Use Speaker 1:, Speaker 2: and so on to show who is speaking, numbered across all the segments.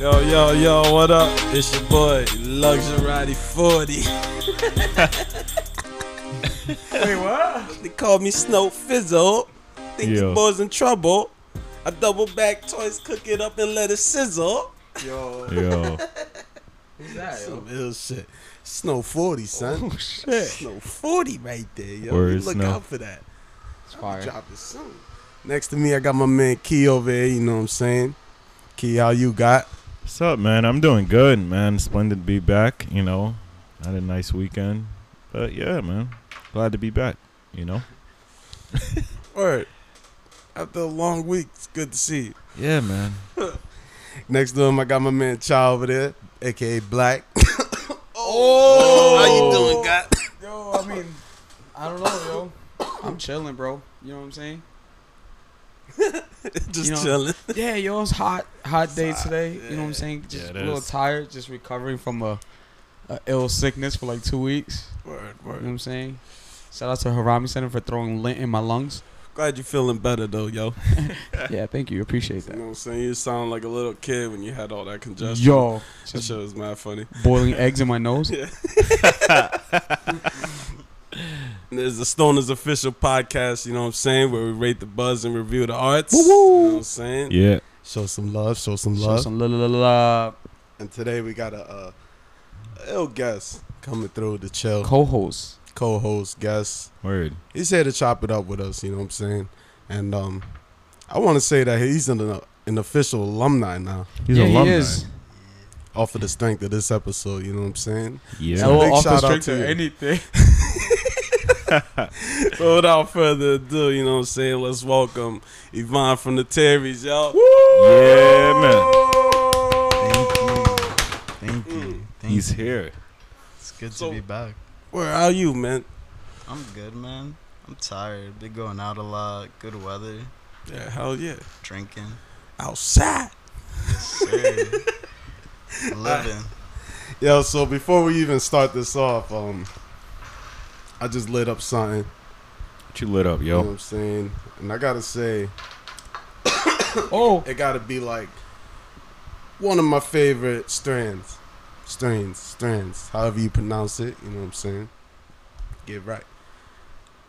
Speaker 1: Yo, yo, what up? It's your boy, Luxury 40.
Speaker 2: Wait, what?
Speaker 1: They call me Snow Fizzle. Think
Speaker 3: Yeah.
Speaker 1: these boys in trouble. I double back toys, cook it up, and let it sizzle.
Speaker 2: Yo,
Speaker 3: Yo,
Speaker 2: who's that? yo?
Speaker 1: Some ill shit. Snow 40, son.
Speaker 2: Oh,
Speaker 1: Snow 40 right there, yo.
Speaker 3: Word,
Speaker 1: you look
Speaker 3: Snow.
Speaker 1: out for that.
Speaker 2: It's fire.
Speaker 1: Drop it soon. Next to me, I got my man Key over here, you know what I'm saying? Key, how you got?
Speaker 3: what's up, man? I'm doing good, man. Splendid to be back. You know, had a nice weekend, but yeah, man, glad to be back. You know,
Speaker 1: Word. After a long week, it's good to see you.
Speaker 3: yeah, man.
Speaker 1: Next to him, I got my man Chow over there, aka Black. oh, how you doing, God?
Speaker 2: Yo, Oh, I mean, I don't know, yo. I'm chilling, bro. You know what I'm saying?
Speaker 1: Just
Speaker 2: You know,
Speaker 1: chilling.
Speaker 2: Yeah, yo, it's hot, hot day
Speaker 1: hot,
Speaker 2: today. You know what
Speaker 1: yeah.
Speaker 2: I'm saying? Just
Speaker 3: it
Speaker 2: a little
Speaker 3: is.
Speaker 2: tired, just recovering from a, a ill sickness for like two weeks.
Speaker 1: Word,
Speaker 2: You know what I'm saying? Shout out to Harami Center for throwing lint in my lungs.
Speaker 1: Glad you're feeling better though, yo.
Speaker 2: yeah, thank you. Appreciate
Speaker 1: You
Speaker 2: that.
Speaker 1: know what I'm saying? You sound like a little kid when you had all that congestion.
Speaker 2: Yo,
Speaker 1: that
Speaker 2: just
Speaker 1: shit was mad funny.
Speaker 2: boiling eggs in my nose.
Speaker 1: And there's the Stoners Official Podcast. You know what I'm saying? Where we rate the buzz and review the arts. You know what I'm saying?
Speaker 3: Yeah,
Speaker 1: Show some love. Show some
Speaker 2: Show some la la la la
Speaker 1: And today we got a uh, ill guest coming through the chill
Speaker 2: co-host.
Speaker 1: co-host guest.
Speaker 3: word.
Speaker 1: he's here to chop it up with us. You know what I'm saying? And um, I want to say that he's an, an official alumni now,
Speaker 3: He's
Speaker 2: yeah,
Speaker 3: a alumni.
Speaker 2: he is.
Speaker 1: off of the strength of this episode. You know what I'm saying?
Speaker 3: Yeah,
Speaker 1: So
Speaker 2: Well,
Speaker 1: big
Speaker 2: off the
Speaker 1: shout out
Speaker 2: strength
Speaker 1: to
Speaker 2: of
Speaker 1: you.
Speaker 2: anything.
Speaker 1: so without further ado, you know what I'm saying? Let's welcome Yvonne from the Terrys, y'all.
Speaker 3: yeah, man.
Speaker 4: Thank you. Thank
Speaker 3: He's
Speaker 4: you.
Speaker 3: here.
Speaker 4: Mm. It's good
Speaker 1: So-
Speaker 4: to be back.
Speaker 1: Where are you, man?
Speaker 4: I'm good, man. I'm tired. Been going out a lot. Good weather.
Speaker 1: Yeah, hell yeah.
Speaker 4: Drinking.
Speaker 1: Outside.
Speaker 4: Yes, sir. Living.
Speaker 1: Yo, so before we even start this off, um, I just lit up something.
Speaker 3: What you lit up,
Speaker 1: You know what
Speaker 3: yo?
Speaker 1: I'm saying? And I gotta say,
Speaker 2: Oh,
Speaker 1: it gotta be like one of my favorite strands. Strands, strands, however you pronounce it, you know what I'm saying? Get right.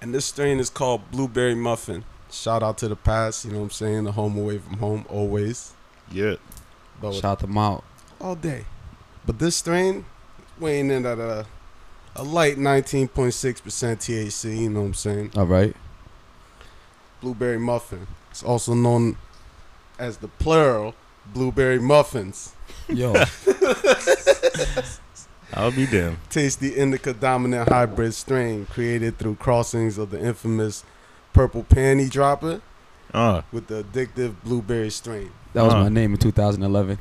Speaker 1: And this strain is called Blueberry Muffin. Shout out to the past, you know what I'm saying? The home away from home, always.
Speaker 3: Yeah.
Speaker 1: But with-
Speaker 2: shout them out.
Speaker 1: all day. But this strain, weighing in at a, a light 19.6% THC, you know what I'm saying?
Speaker 2: All right.
Speaker 1: Blueberry Muffin. It's also known as the plural blueberry muffins.
Speaker 2: Yo,
Speaker 3: I'll be damned.
Speaker 1: tasty indica dominant hybrid strain created through crossings of the infamous purple panty dropper
Speaker 3: Uh,
Speaker 1: with the addictive blueberry strain.
Speaker 2: that was
Speaker 3: Huh.
Speaker 2: my name in 2011.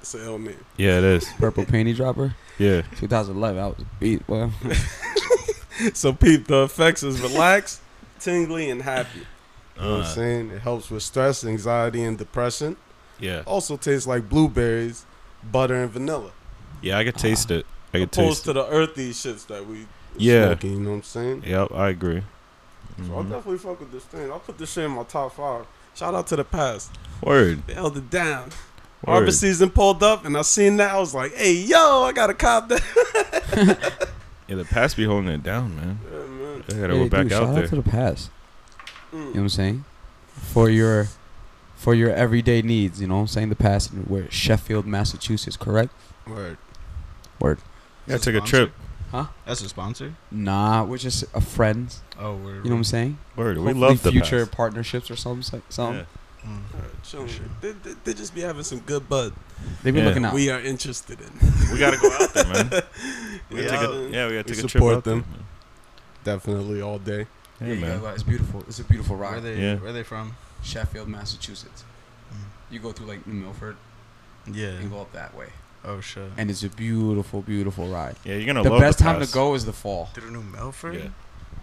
Speaker 1: It's a hell man.
Speaker 3: yeah, it is.
Speaker 2: Purple panty dropper.
Speaker 3: Yeah.
Speaker 2: 2011. I was beat. Well,
Speaker 1: So peep, the effects is relaxed, tingly, and happy. You know what I'm
Speaker 3: Uh,
Speaker 1: saying? It helps with stress, anxiety, and depression.
Speaker 3: yeah.
Speaker 1: Also tastes like blueberries, butter, and vanilla.
Speaker 3: Yeah, I could taste it. I could
Speaker 1: Opposed
Speaker 3: taste
Speaker 1: to
Speaker 3: it.
Speaker 1: the earthy shits that we
Speaker 3: Yeah.
Speaker 1: smoking, you know what I'm saying?
Speaker 3: Yep, I agree.
Speaker 1: So I'll
Speaker 3: Mhm.
Speaker 1: definitely fuck with this thing. I'll put this shit in my top five. Shout out to the past.
Speaker 3: Word.
Speaker 1: They held it down.
Speaker 3: Word.
Speaker 1: Harvest season pulled up, and I seen that. I was like, "Hey, yo, I gotta cop that."
Speaker 3: Yeah, the pass be holding it down, man.
Speaker 1: Yeah, man.
Speaker 3: I gotta go
Speaker 2: Yeah,
Speaker 3: back
Speaker 2: dude,
Speaker 3: out
Speaker 2: shout
Speaker 3: there.
Speaker 2: out to the past. You know what
Speaker 1: Mm.
Speaker 2: I'm saying? For your, for your everyday needs. You know what I'm saying? The past. and We're Sheffield, Massachusetts. Correct.
Speaker 1: Word.
Speaker 2: Word.
Speaker 3: Yeah,
Speaker 4: That's
Speaker 3: take a
Speaker 4: sponsor?
Speaker 3: trip.
Speaker 4: That's a sponsor.
Speaker 2: Nah, we're just a friends.
Speaker 4: Oh, we're.
Speaker 2: You know what I'm saying?
Speaker 3: Word. We
Speaker 2: Hopefully
Speaker 3: love the
Speaker 2: future
Speaker 3: pass.
Speaker 2: partnerships or something. like- Something.
Speaker 3: Yeah.
Speaker 4: Mm.
Speaker 1: Alright, chillin'. They, they, they just be having some good bud.
Speaker 2: They be
Speaker 3: Yeah.
Speaker 2: looking out.
Speaker 1: We are interested in.
Speaker 3: We gotta go out there, man.
Speaker 1: You know
Speaker 3: We
Speaker 1: what
Speaker 3: gotta
Speaker 1: I'm
Speaker 3: take a,
Speaker 1: saying?
Speaker 3: yeah, we gotta
Speaker 1: We
Speaker 3: take a trip
Speaker 1: support
Speaker 3: out there,
Speaker 1: them. Definitely all day.
Speaker 3: man. Hey,
Speaker 4: Yeah,
Speaker 3: man.
Speaker 2: Yeah, it's beautiful. It's a beautiful
Speaker 4: Where
Speaker 2: ride.
Speaker 4: they?
Speaker 3: Yeah.
Speaker 4: Where they from?
Speaker 2: Sheffield, Massachusetts.
Speaker 4: Mm.
Speaker 2: You go through like New Milford
Speaker 4: Yeah.
Speaker 2: and go up that way,
Speaker 4: Oh shit.
Speaker 2: and it's a beautiful, beautiful ride.
Speaker 3: Yeah, you're gonna
Speaker 2: the
Speaker 3: love
Speaker 2: best
Speaker 3: the
Speaker 2: time to
Speaker 3: pass.
Speaker 2: go is the fall.
Speaker 4: Through New Melford.
Speaker 3: Yeah.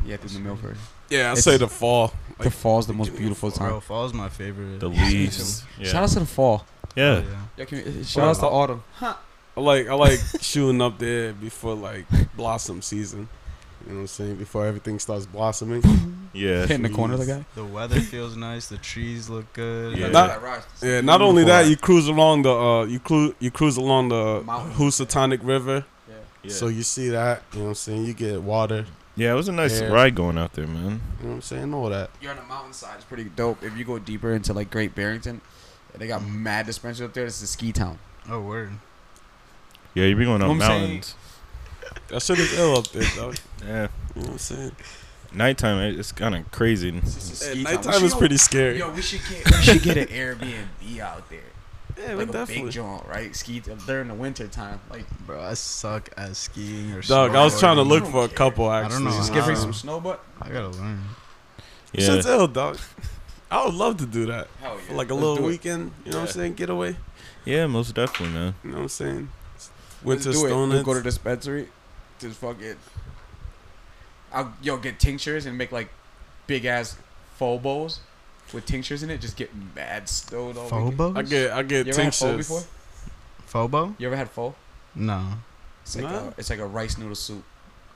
Speaker 2: Yeah, through New Milford.
Speaker 1: Yeah, I
Speaker 2: It's-
Speaker 1: say the fall.
Speaker 2: The
Speaker 1: Like,
Speaker 2: fall's the
Speaker 1: we
Speaker 2: most
Speaker 1: do
Speaker 2: beautiful
Speaker 4: Bro,
Speaker 2: time.
Speaker 4: fall's my favorite.
Speaker 3: The
Speaker 4: season.
Speaker 3: leaves.
Speaker 2: Shout
Speaker 3: Yeah.
Speaker 2: out to the fall.
Speaker 4: Oh,
Speaker 3: Yeah.
Speaker 4: yeah.
Speaker 2: Yo, can we, uh, shout out to
Speaker 1: Wow.
Speaker 2: autumn.
Speaker 1: I like I like shooting up there before like blossom season. You know what I'm saying? Before everything starts blossoming.
Speaker 3: Yeah.
Speaker 2: Hitting the corner of the guy.
Speaker 4: The weather feels nice. The trees look good.
Speaker 3: Yeah.
Speaker 1: Not- Yeah, not only that, you cruise along the uh, you cruise you cruise along the
Speaker 2: Mountain.
Speaker 1: Housatonic River,
Speaker 3: Yeah.
Speaker 1: so you see that. You know what I'm saying? You get water.
Speaker 3: yeah, it was a nice
Speaker 1: Yeah.
Speaker 3: ride going out there, man.
Speaker 1: You know what I'm saying? All that.
Speaker 2: You're on a mountainside. It's pretty dope. If you go deeper into like Great Barrington, they got mad dispensaries up there. It's a ski town.
Speaker 4: Oh word.
Speaker 3: Yeah, you be going up
Speaker 2: I'm saying-
Speaker 3: mountains.
Speaker 1: That shit is ill up there, though.
Speaker 3: Yeah.
Speaker 1: You know what I'm saying?
Speaker 3: Nighttime, it- it's kind of crazy.
Speaker 1: At nighttime is pretty scary.
Speaker 2: Yo, we should get we should get an Airbnb out there,
Speaker 1: yeah,
Speaker 2: like
Speaker 1: we
Speaker 2: a
Speaker 1: definitely.
Speaker 2: big joint, right? Ski during the winter time, like
Speaker 4: Bro, I suck at skiing or
Speaker 1: Dog, I was trying to
Speaker 4: snowboarding.
Speaker 1: look
Speaker 2: I don't
Speaker 1: for a
Speaker 2: care.
Speaker 1: couple.
Speaker 4: I don't
Speaker 1: Actually,
Speaker 4: know.
Speaker 2: just
Speaker 4: Uh,
Speaker 2: give me some snow, but
Speaker 4: I gotta learn.
Speaker 3: Yeah.
Speaker 1: Shit's ill, dog. I would love to do that
Speaker 2: hell
Speaker 1: for
Speaker 2: yeah,
Speaker 1: like a
Speaker 2: Let's
Speaker 1: little
Speaker 2: do it.
Speaker 1: weekend. You know what I'm
Speaker 3: Yeah.
Speaker 1: saying? Getaway.
Speaker 3: Yeah, most definitely, man.
Speaker 1: You know what I'm saying?
Speaker 2: Let's
Speaker 1: Winter
Speaker 2: do it. We'll go to
Speaker 1: Stonehenge.
Speaker 2: dispensary, just fuck it. I'll yo get tinctures and make like big ass faux bowls with tinctures in it. Just get mad stoned all weekend.
Speaker 4: Phobos?
Speaker 1: I get I
Speaker 2: You
Speaker 1: get
Speaker 2: ever had pho
Speaker 1: tinctures.
Speaker 2: before?
Speaker 4: Phobo?
Speaker 2: You ever had pho?
Speaker 4: No.
Speaker 2: It's like
Speaker 1: No.
Speaker 2: a, it's like a rice noodle soup.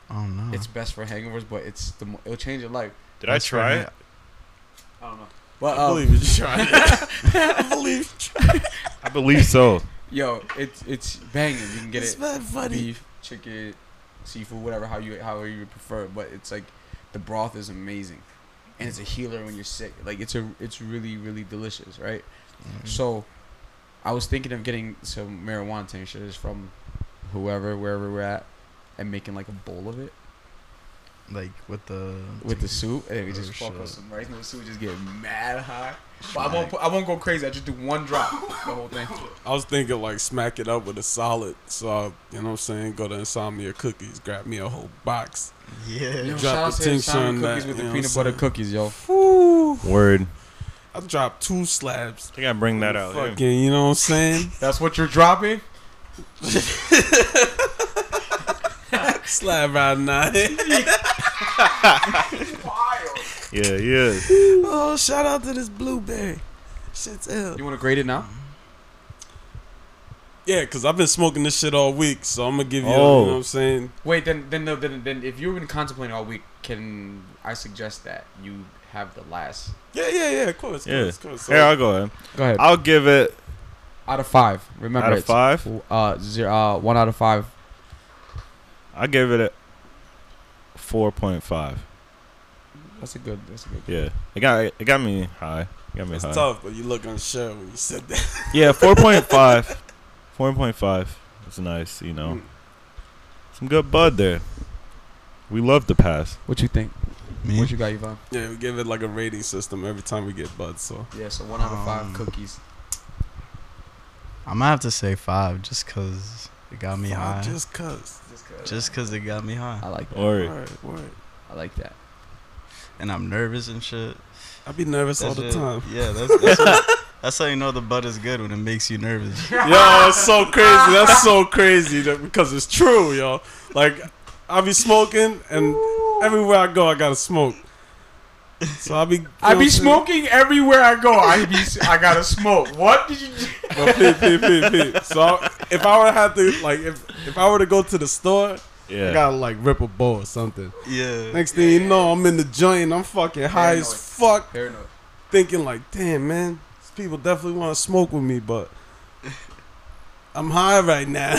Speaker 4: Oh no.
Speaker 2: It's best for hangovers, but it's the mo- it'll change your life.
Speaker 3: Did I try it?
Speaker 2: I don't know. But
Speaker 1: I
Speaker 2: um,
Speaker 1: believe you tried it. I believe you tried
Speaker 3: I believe so.
Speaker 2: yo, it's it's banging. You can
Speaker 1: it.
Speaker 2: get
Speaker 1: It's
Speaker 2: it
Speaker 1: bad funny.
Speaker 2: beef, chicken, seafood, whatever how you however you prefer. it, But it's like the broth is amazing, and it's a healer when you're sick. Like it's a it's really really delicious, right? Mm. So, I was thinking of getting some marijuana tinctures from whoever wherever we're at, and making like a bowl of it
Speaker 4: like with the
Speaker 2: with the soup, and we just
Speaker 4: Oh,
Speaker 2: fuck up
Speaker 4: shit.
Speaker 2: some rice and the soup, just get mad high. But I won't put, I won't go crazy. I just do one drop the whole thing.
Speaker 1: I was thinking like smack it up with a solid. So I, you know what I'm saying? Go to Insomnia Cookies, grab me a whole box.
Speaker 4: Yeah.
Speaker 2: Yo,
Speaker 1: Drop
Speaker 2: shout out
Speaker 1: the
Speaker 2: to
Speaker 1: tincture
Speaker 2: Insomnia
Speaker 1: on
Speaker 2: cookies
Speaker 1: that,
Speaker 2: with
Speaker 1: you
Speaker 2: the
Speaker 1: know what
Speaker 2: peanut
Speaker 1: I'm
Speaker 2: butter
Speaker 1: saying?
Speaker 2: cookies, yo.
Speaker 1: Whew.
Speaker 3: Word.
Speaker 1: I dropped two slabs.
Speaker 3: I think I bring that out. here.
Speaker 1: Fucking, you know what I'm saying?
Speaker 2: That's what you're dropping.
Speaker 1: Slab right now.
Speaker 3: Yeah, yeah.
Speaker 1: oh, shout out to this blueberry. Shit's ill.
Speaker 2: You want to grade it now?
Speaker 1: Yeah, cause I've been smoking this shit all week, so I'm gonna give you.
Speaker 3: Oh.
Speaker 1: You know what I'm saying?
Speaker 2: Wait, then, then, no, then, then, if you've been contemplating all week, can I suggest that you have the last?
Speaker 1: Yeah, yeah, yeah. Of course,
Speaker 3: Yeah.
Speaker 1: yeah. course, course. So,
Speaker 3: Here, I'll go ahead.
Speaker 2: Go ahead.
Speaker 3: I'll give it
Speaker 2: out of five, remember
Speaker 3: out of
Speaker 2: it's,
Speaker 3: five.
Speaker 2: uh, zero, uh, one out of five.
Speaker 3: I give it a four point five.
Speaker 2: That's a good. That's a good.
Speaker 3: Yeah, it got it got me high. It got me
Speaker 1: it's
Speaker 3: high.
Speaker 1: tough, but you look unsure when you said that.
Speaker 3: Yeah, four point five. Four point five. It's nice, you
Speaker 1: Mm.
Speaker 3: know. Some good bud there. We love the pass.
Speaker 2: What you think?
Speaker 4: Me?
Speaker 2: What you got, Yvonne?
Speaker 1: Yeah, we give it like a rating system every time we get buds. So
Speaker 2: Yeah, so one out of five
Speaker 4: Um,
Speaker 2: cookies.
Speaker 4: I'm gonna have to say five just cause it got me high. Just,
Speaker 1: just cuz.
Speaker 4: cause it got me
Speaker 2: I
Speaker 4: high.
Speaker 2: like that.
Speaker 3: Or
Speaker 1: Word, word.
Speaker 2: I like that.
Speaker 4: And I'm nervous and shit.
Speaker 1: I be nervous all
Speaker 4: That's
Speaker 1: the
Speaker 4: it.
Speaker 1: time.
Speaker 4: Yeah, that's that's, what, that's how you know the butt is good when it makes you nervous.
Speaker 1: yo, it's so crazy. That's so crazy that, because it's true, yo. Like I be smoking, and everywhere I go, I gotta smoke. So I be
Speaker 2: I be
Speaker 1: guilty.
Speaker 2: smoking everywhere I go. I be I gotta smoke. What did you? do?
Speaker 1: But peep, peep, peep, peep. So I- if I were to have to like if if I were to go to the store, I
Speaker 3: yeah,
Speaker 1: gotta like rip a bowl or something.
Speaker 4: Yeah.
Speaker 1: Next thing you know, I'm in the joint. and I'm fucking high as fuck. thinking like, damn man, these people definitely want to smoke with me, but I'm high right now.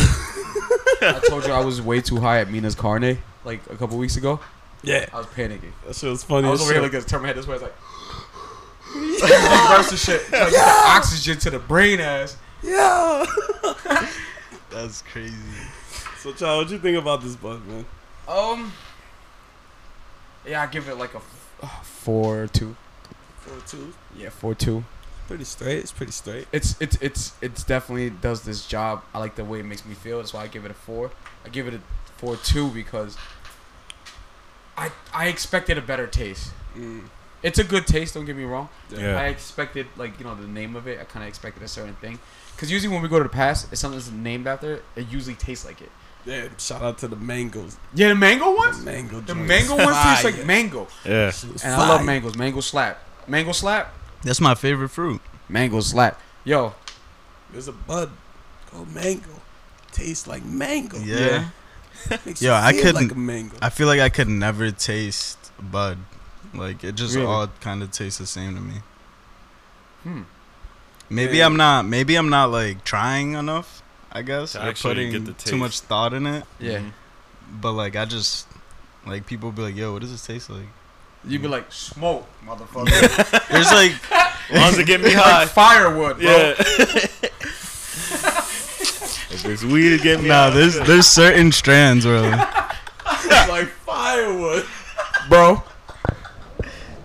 Speaker 2: I told you I was way too high at Mina's carne like a couple weeks ago.
Speaker 1: yeah,
Speaker 2: I was panicking.
Speaker 1: that shit was funny.
Speaker 2: I
Speaker 1: as
Speaker 2: was over
Speaker 1: shit.
Speaker 2: here like this, turn my head this way. I was like, reverse the shit. Like, the oxygen to the brain ass.
Speaker 1: yeah.
Speaker 4: That's crazy.
Speaker 1: so, child, what you think about this bud, man?
Speaker 2: Um, yeah, I give it like a f- uh, four two.
Speaker 1: Four two,
Speaker 2: Yeah, four two.
Speaker 1: pretty straight. It's pretty straight.
Speaker 2: It's it's it's it's definitely does this job. I like the way it makes me feel. That's why I give it a four. I give it a four two because I I expected a better taste.
Speaker 1: Mm.
Speaker 2: It's a good taste. Don't get me wrong.
Speaker 3: yeah,
Speaker 2: I expected like you know the name of it. I kind of expected a certain thing, because usually when we go to the past, if something's named after it, it usually tastes like it.
Speaker 1: Yeah, shout out to the mangoes.
Speaker 2: Yeah, the mango
Speaker 1: The
Speaker 2: ones.
Speaker 1: mango.
Speaker 2: The
Speaker 1: joints.
Speaker 2: mango ones taste
Speaker 1: Fire.
Speaker 2: like mango,
Speaker 3: yeah.
Speaker 1: Shit was
Speaker 2: and I love
Speaker 1: fire.
Speaker 2: mangoes. Mango slap, mango slap,
Speaker 4: That's my favorite fruit.
Speaker 2: mango slap. Yo,
Speaker 1: There's a bud called mango. Tastes like mango.
Speaker 4: Yeah.
Speaker 1: Makes
Speaker 4: Yo,
Speaker 1: you
Speaker 4: I
Speaker 1: feel
Speaker 4: couldn't-
Speaker 1: like a mango.
Speaker 4: I feel like I could never taste bud. Like it just
Speaker 2: Really?
Speaker 4: all kind of tastes the same to me.
Speaker 2: Hmm.
Speaker 4: Maybe
Speaker 1: Yeah.
Speaker 4: I'm not. Maybe I'm not like trying enough. I guess
Speaker 3: To
Speaker 4: or
Speaker 3: actually
Speaker 4: putting
Speaker 3: get the
Speaker 4: too
Speaker 3: taste.
Speaker 4: much thought in it.
Speaker 2: Yeah.
Speaker 3: Mhm.
Speaker 4: But like I just like people be like, "Yo, what does this taste like?"
Speaker 2: You'd be like, smoke, motherfucker.
Speaker 4: There's like
Speaker 3: As long as it get me high.
Speaker 2: like firewood, bro.
Speaker 3: Yeah. if it's weed, it get me
Speaker 4: nah.
Speaker 3: high.
Speaker 4: Oh, There's there's certain strands where
Speaker 2: It's like firewood. Bro.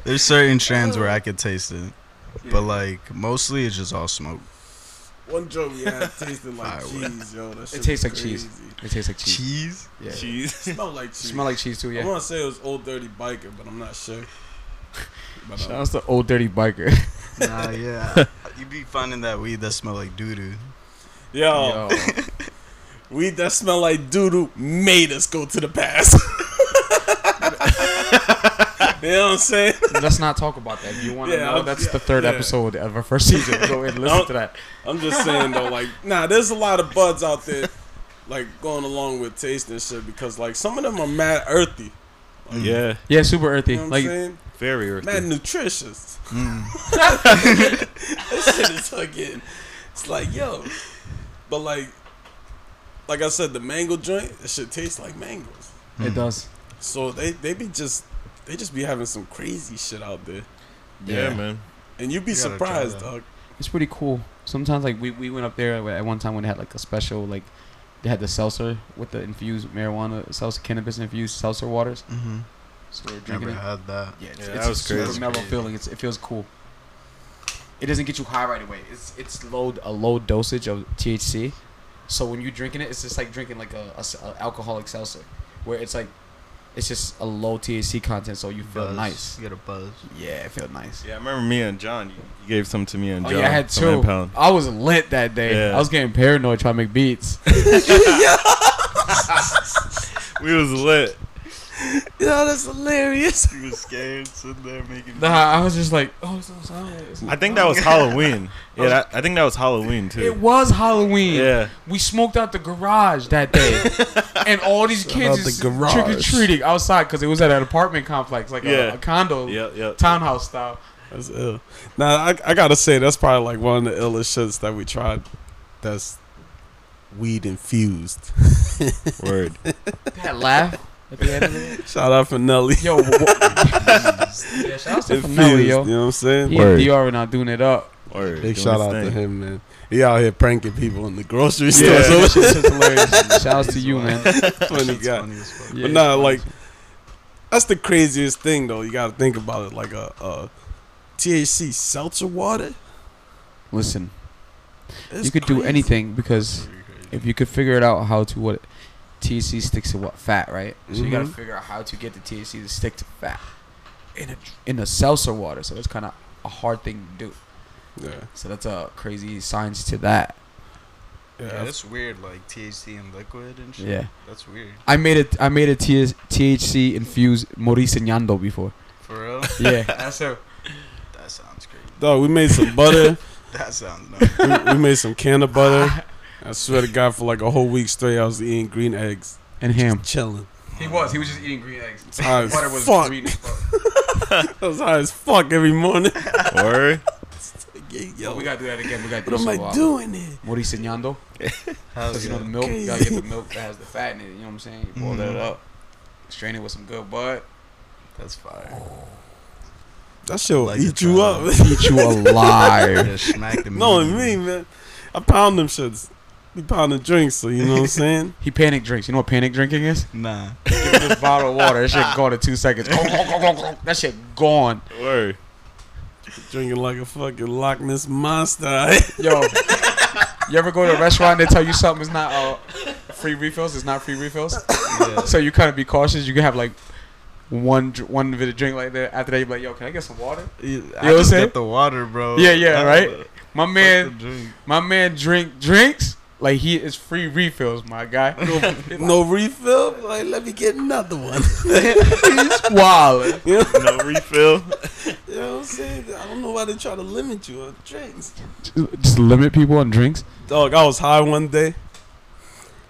Speaker 4: there's certain strands where I could taste it.
Speaker 2: Yeah.
Speaker 4: But like mostly it's just all smoke.
Speaker 1: One joint we had tasted like
Speaker 4: Firewood.
Speaker 1: cheese, yo. That shit
Speaker 2: tastes like
Speaker 1: was
Speaker 2: cheese.
Speaker 1: crazy.
Speaker 2: It tastes like cheese.
Speaker 4: Cheese.
Speaker 2: Yeah.
Speaker 3: Cheese.
Speaker 1: Smell like cheese.
Speaker 2: Smell like cheese too,
Speaker 1: I
Speaker 2: yeah.
Speaker 1: want to say it was old dirty biker, but I'm not sure. But,
Speaker 2: Shout
Speaker 1: uh,
Speaker 2: out to old dirty biker.
Speaker 4: Nah, yeah. you be finding that weed that smell like doo doo.
Speaker 1: yo,
Speaker 2: Yo.
Speaker 1: weed that smell like doodoo made us go to the past. you know what I'm saying?
Speaker 2: Let's not talk about that. If you want to
Speaker 1: Yeah,
Speaker 2: know,
Speaker 1: I'll-
Speaker 2: that's
Speaker 1: yeah,
Speaker 2: the third
Speaker 1: yeah.
Speaker 2: episode of our first season. Go and listen
Speaker 1: Nope.
Speaker 2: to that.
Speaker 1: I'm just saying though, like, nah, there's a lot of buds out there, like going along with taste and shit because like some of them are mad earthy. Like,
Speaker 3: Yeah.
Speaker 2: Yeah, super earthy.
Speaker 1: You know what
Speaker 2: like,
Speaker 1: I'm saying?
Speaker 3: Very earthy.
Speaker 1: Mad nutritious.
Speaker 4: Mm.
Speaker 1: this shit is fucking. It's like yo, but like, like I said, the mango joint, it should taste like mangoes.
Speaker 4: Hmm.
Speaker 2: it does.
Speaker 1: So they they be just they just be having some crazy shit out there,
Speaker 3: yeah,
Speaker 2: Yeah.
Speaker 3: man.
Speaker 1: and you'd be
Speaker 4: You gotta try
Speaker 1: surprised,
Speaker 4: that.
Speaker 1: dog.
Speaker 2: It's pretty cool. Sometimes, like, we, we went up there at one time when they had, like, a special, like, they had the seltzer with the infused marijuana, seltzer, cannabis infused seltzer waters.
Speaker 4: Mm-hmm.
Speaker 2: So we were drinking
Speaker 4: Never
Speaker 2: it.
Speaker 4: had that.
Speaker 2: Yeah, it's,
Speaker 3: Yeah,
Speaker 2: it's
Speaker 3: that
Speaker 2: a
Speaker 3: was
Speaker 2: super
Speaker 3: crazy.
Speaker 2: mellow feeling. It's, it feels cool. It doesn't get you high right away. It's it's low a low dosage of THC, so when you're drinking it, it's just like drinking like a, a s- a alcoholic seltzer, where it's like, it's just a low THC content, so you feel
Speaker 4: Buzz.
Speaker 2: nice.
Speaker 4: You get a buzz.
Speaker 2: Yeah, it felt nice.
Speaker 3: Yeah, I remember me and John. You, you gave some to me and
Speaker 2: Oh
Speaker 3: John.
Speaker 2: yeah, I had
Speaker 3: some
Speaker 2: two.
Speaker 3: Impound.
Speaker 2: I was lit that day.
Speaker 3: Yeah.
Speaker 2: I was getting paranoid trying to make beats.
Speaker 3: We was lit.
Speaker 1: Yo, that's hilarious.
Speaker 4: You was scared sitting there making.
Speaker 2: nah, I was just like, oh, it's not solid. It's
Speaker 3: I
Speaker 2: not
Speaker 3: think that was Halloween. Yeah, that, I think that was Halloween too.
Speaker 2: solid. It was Halloween.
Speaker 3: Yeah.
Speaker 2: We smoked out the garage that day, and all these
Speaker 1: out
Speaker 2: kids
Speaker 1: the
Speaker 2: is
Speaker 1: garage.
Speaker 2: trick or treating outside because it was at an apartment complex, like
Speaker 3: Yeah.
Speaker 2: a, a condo,
Speaker 3: Yep, yep.
Speaker 2: townhouse style.
Speaker 1: That's ill. Now I I gotta say that's probably like one of the illest shits that we tried. That's weed infused.
Speaker 3: Word.
Speaker 2: That laugh at the end of it.
Speaker 1: Shout out for Nelly.
Speaker 2: Yo, wha- yeah, shout out to
Speaker 1: Infused,
Speaker 2: Finelli,
Speaker 1: you
Speaker 2: yo.
Speaker 1: know what I'm saying?
Speaker 2: He
Speaker 3: Word.
Speaker 2: and DR are not doing it up.
Speaker 3: Word. Doing
Speaker 1: Big shout
Speaker 3: his
Speaker 1: out to
Speaker 3: thing.
Speaker 1: him, man. He out here pranking people in the grocery
Speaker 3: Yeah.
Speaker 1: store. So
Speaker 2: Shit's just hilarious. Shout out to you, man.
Speaker 1: funny guy.
Speaker 4: as fuck.
Speaker 2: Yeah,
Speaker 1: But nah, like that's the craziest thing though. You gotta think about it. Like a, a THC seltzer water.
Speaker 2: listen,
Speaker 1: It's
Speaker 2: you could do
Speaker 1: crazy.
Speaker 2: anything because if you could figure it out how to what THC sticks to what fat, right? So you gotta
Speaker 1: Mhm.
Speaker 2: figure out how to get the THC to stick to fat in a in a seltzer water. So that's kind of a hard thing to do.
Speaker 1: Yeah,
Speaker 2: So that's a crazy science to that.
Speaker 1: yeah.
Speaker 4: Yeah, that's weird. Like THC and liquid and shit.
Speaker 2: Yeah,
Speaker 4: That's weird.
Speaker 2: I made it. I made a TS, THC infused Maurice and Yando before.
Speaker 4: For real?
Speaker 2: Yeah,
Speaker 4: That's so. That sounds crazy.
Speaker 1: Dog, we made some butter.
Speaker 4: That sounds nice.
Speaker 1: we, we made some can of butter. I swear to God, for like a whole week straight, I was eating green eggs,
Speaker 2: and ham.
Speaker 1: chilling.
Speaker 2: He was. He was just eating green eggs.
Speaker 1: High as fuck. I was high as fuck every morning.
Speaker 3: Word.
Speaker 1: Like, yeah, yo,
Speaker 2: we gotta do that again. We gotta do
Speaker 1: what am I doing here?
Speaker 2: Maurice and Yando.
Speaker 4: Hell
Speaker 2: Cause you know the
Speaker 4: yeah.
Speaker 2: milk, you gotta
Speaker 1: Crazy. Mm-hmm.
Speaker 2: get the milk that has the fat in it. You know what I'm saying? You boil that
Speaker 4: Mhm.
Speaker 2: up, strain it with some good bud.
Speaker 4: That's fire.
Speaker 1: That shit will
Speaker 4: Like
Speaker 1: eat
Speaker 4: it's,
Speaker 1: you
Speaker 4: uh,
Speaker 1: up.
Speaker 2: Eat you alive.
Speaker 4: Yeah, smack the
Speaker 1: no, me,
Speaker 4: meat.
Speaker 1: man. I pound them shits. We pounding drinks, so you know what I'm saying.
Speaker 2: he panic drinks. You know what panic drinking is?
Speaker 4: Nah.
Speaker 2: Give him this bottle of water. That shit gone in two seconds. that shit gone.
Speaker 3: Word.
Speaker 1: Drinking like a fucking Loch Ness monster.
Speaker 2: Yo, you ever go to a restaurant and they tell you something is not uh, free refills? It's not free refills.
Speaker 4: Yeah.
Speaker 2: So you kind of be cautious. You can have like one dr- one bit of drink like that. After that, you be like, yo, can I get some water?
Speaker 4: You
Speaker 2: know what I'm saying?
Speaker 4: Get the water, bro.
Speaker 2: Yeah, yeah,
Speaker 4: That's
Speaker 2: right?
Speaker 4: the- fuck
Speaker 2: My
Speaker 4: the
Speaker 2: man,
Speaker 4: drink.
Speaker 2: my man, drink drinks like he is free refills. My guy.
Speaker 1: no refill. Like, let me get another one.
Speaker 2: He's wild.
Speaker 3: No refill.
Speaker 1: You know what I'm saying? I don't know why they try to limit you on drinks.
Speaker 2: Just limit people on drinks.
Speaker 1: Dog, I was high one day,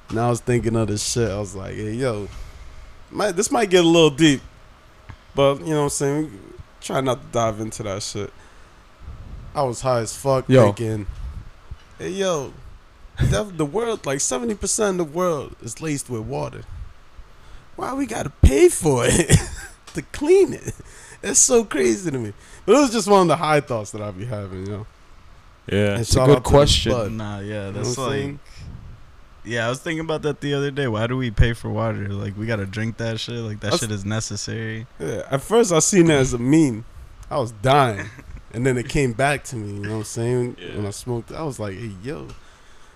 Speaker 1: and I was thinking of this shit. I was like, "Hey, yo, might, this might get a little deep." But you know what I'm saying? We Try not to dive into that shit. I was high as fuck
Speaker 2: Yo.
Speaker 1: thinking, hey, yo, that, the world, like 70% of the world is laced with water. Why we gotta pay for it to clean it? It's so crazy to me. But it was just one of the high thoughts that I be having, you know?
Speaker 3: Yeah.
Speaker 1: And
Speaker 2: It's a
Speaker 1: shout
Speaker 2: good
Speaker 1: out to
Speaker 2: question.
Speaker 1: Bud.
Speaker 4: nah, yeah,
Speaker 1: You know
Speaker 4: that's
Speaker 1: what I'm
Speaker 4: like.
Speaker 1: saying?
Speaker 4: Yeah, I was thinking about that the other day. Why do we pay for water? Like, we gotta drink that shit. Like, that
Speaker 1: That's-
Speaker 4: shit is necessary.
Speaker 1: Yeah, at first I seen it as a meme. I was dying. And then it came back to me, you know what I'm saying?
Speaker 3: Yeah.
Speaker 1: When I smoked, I was like, hey, yo.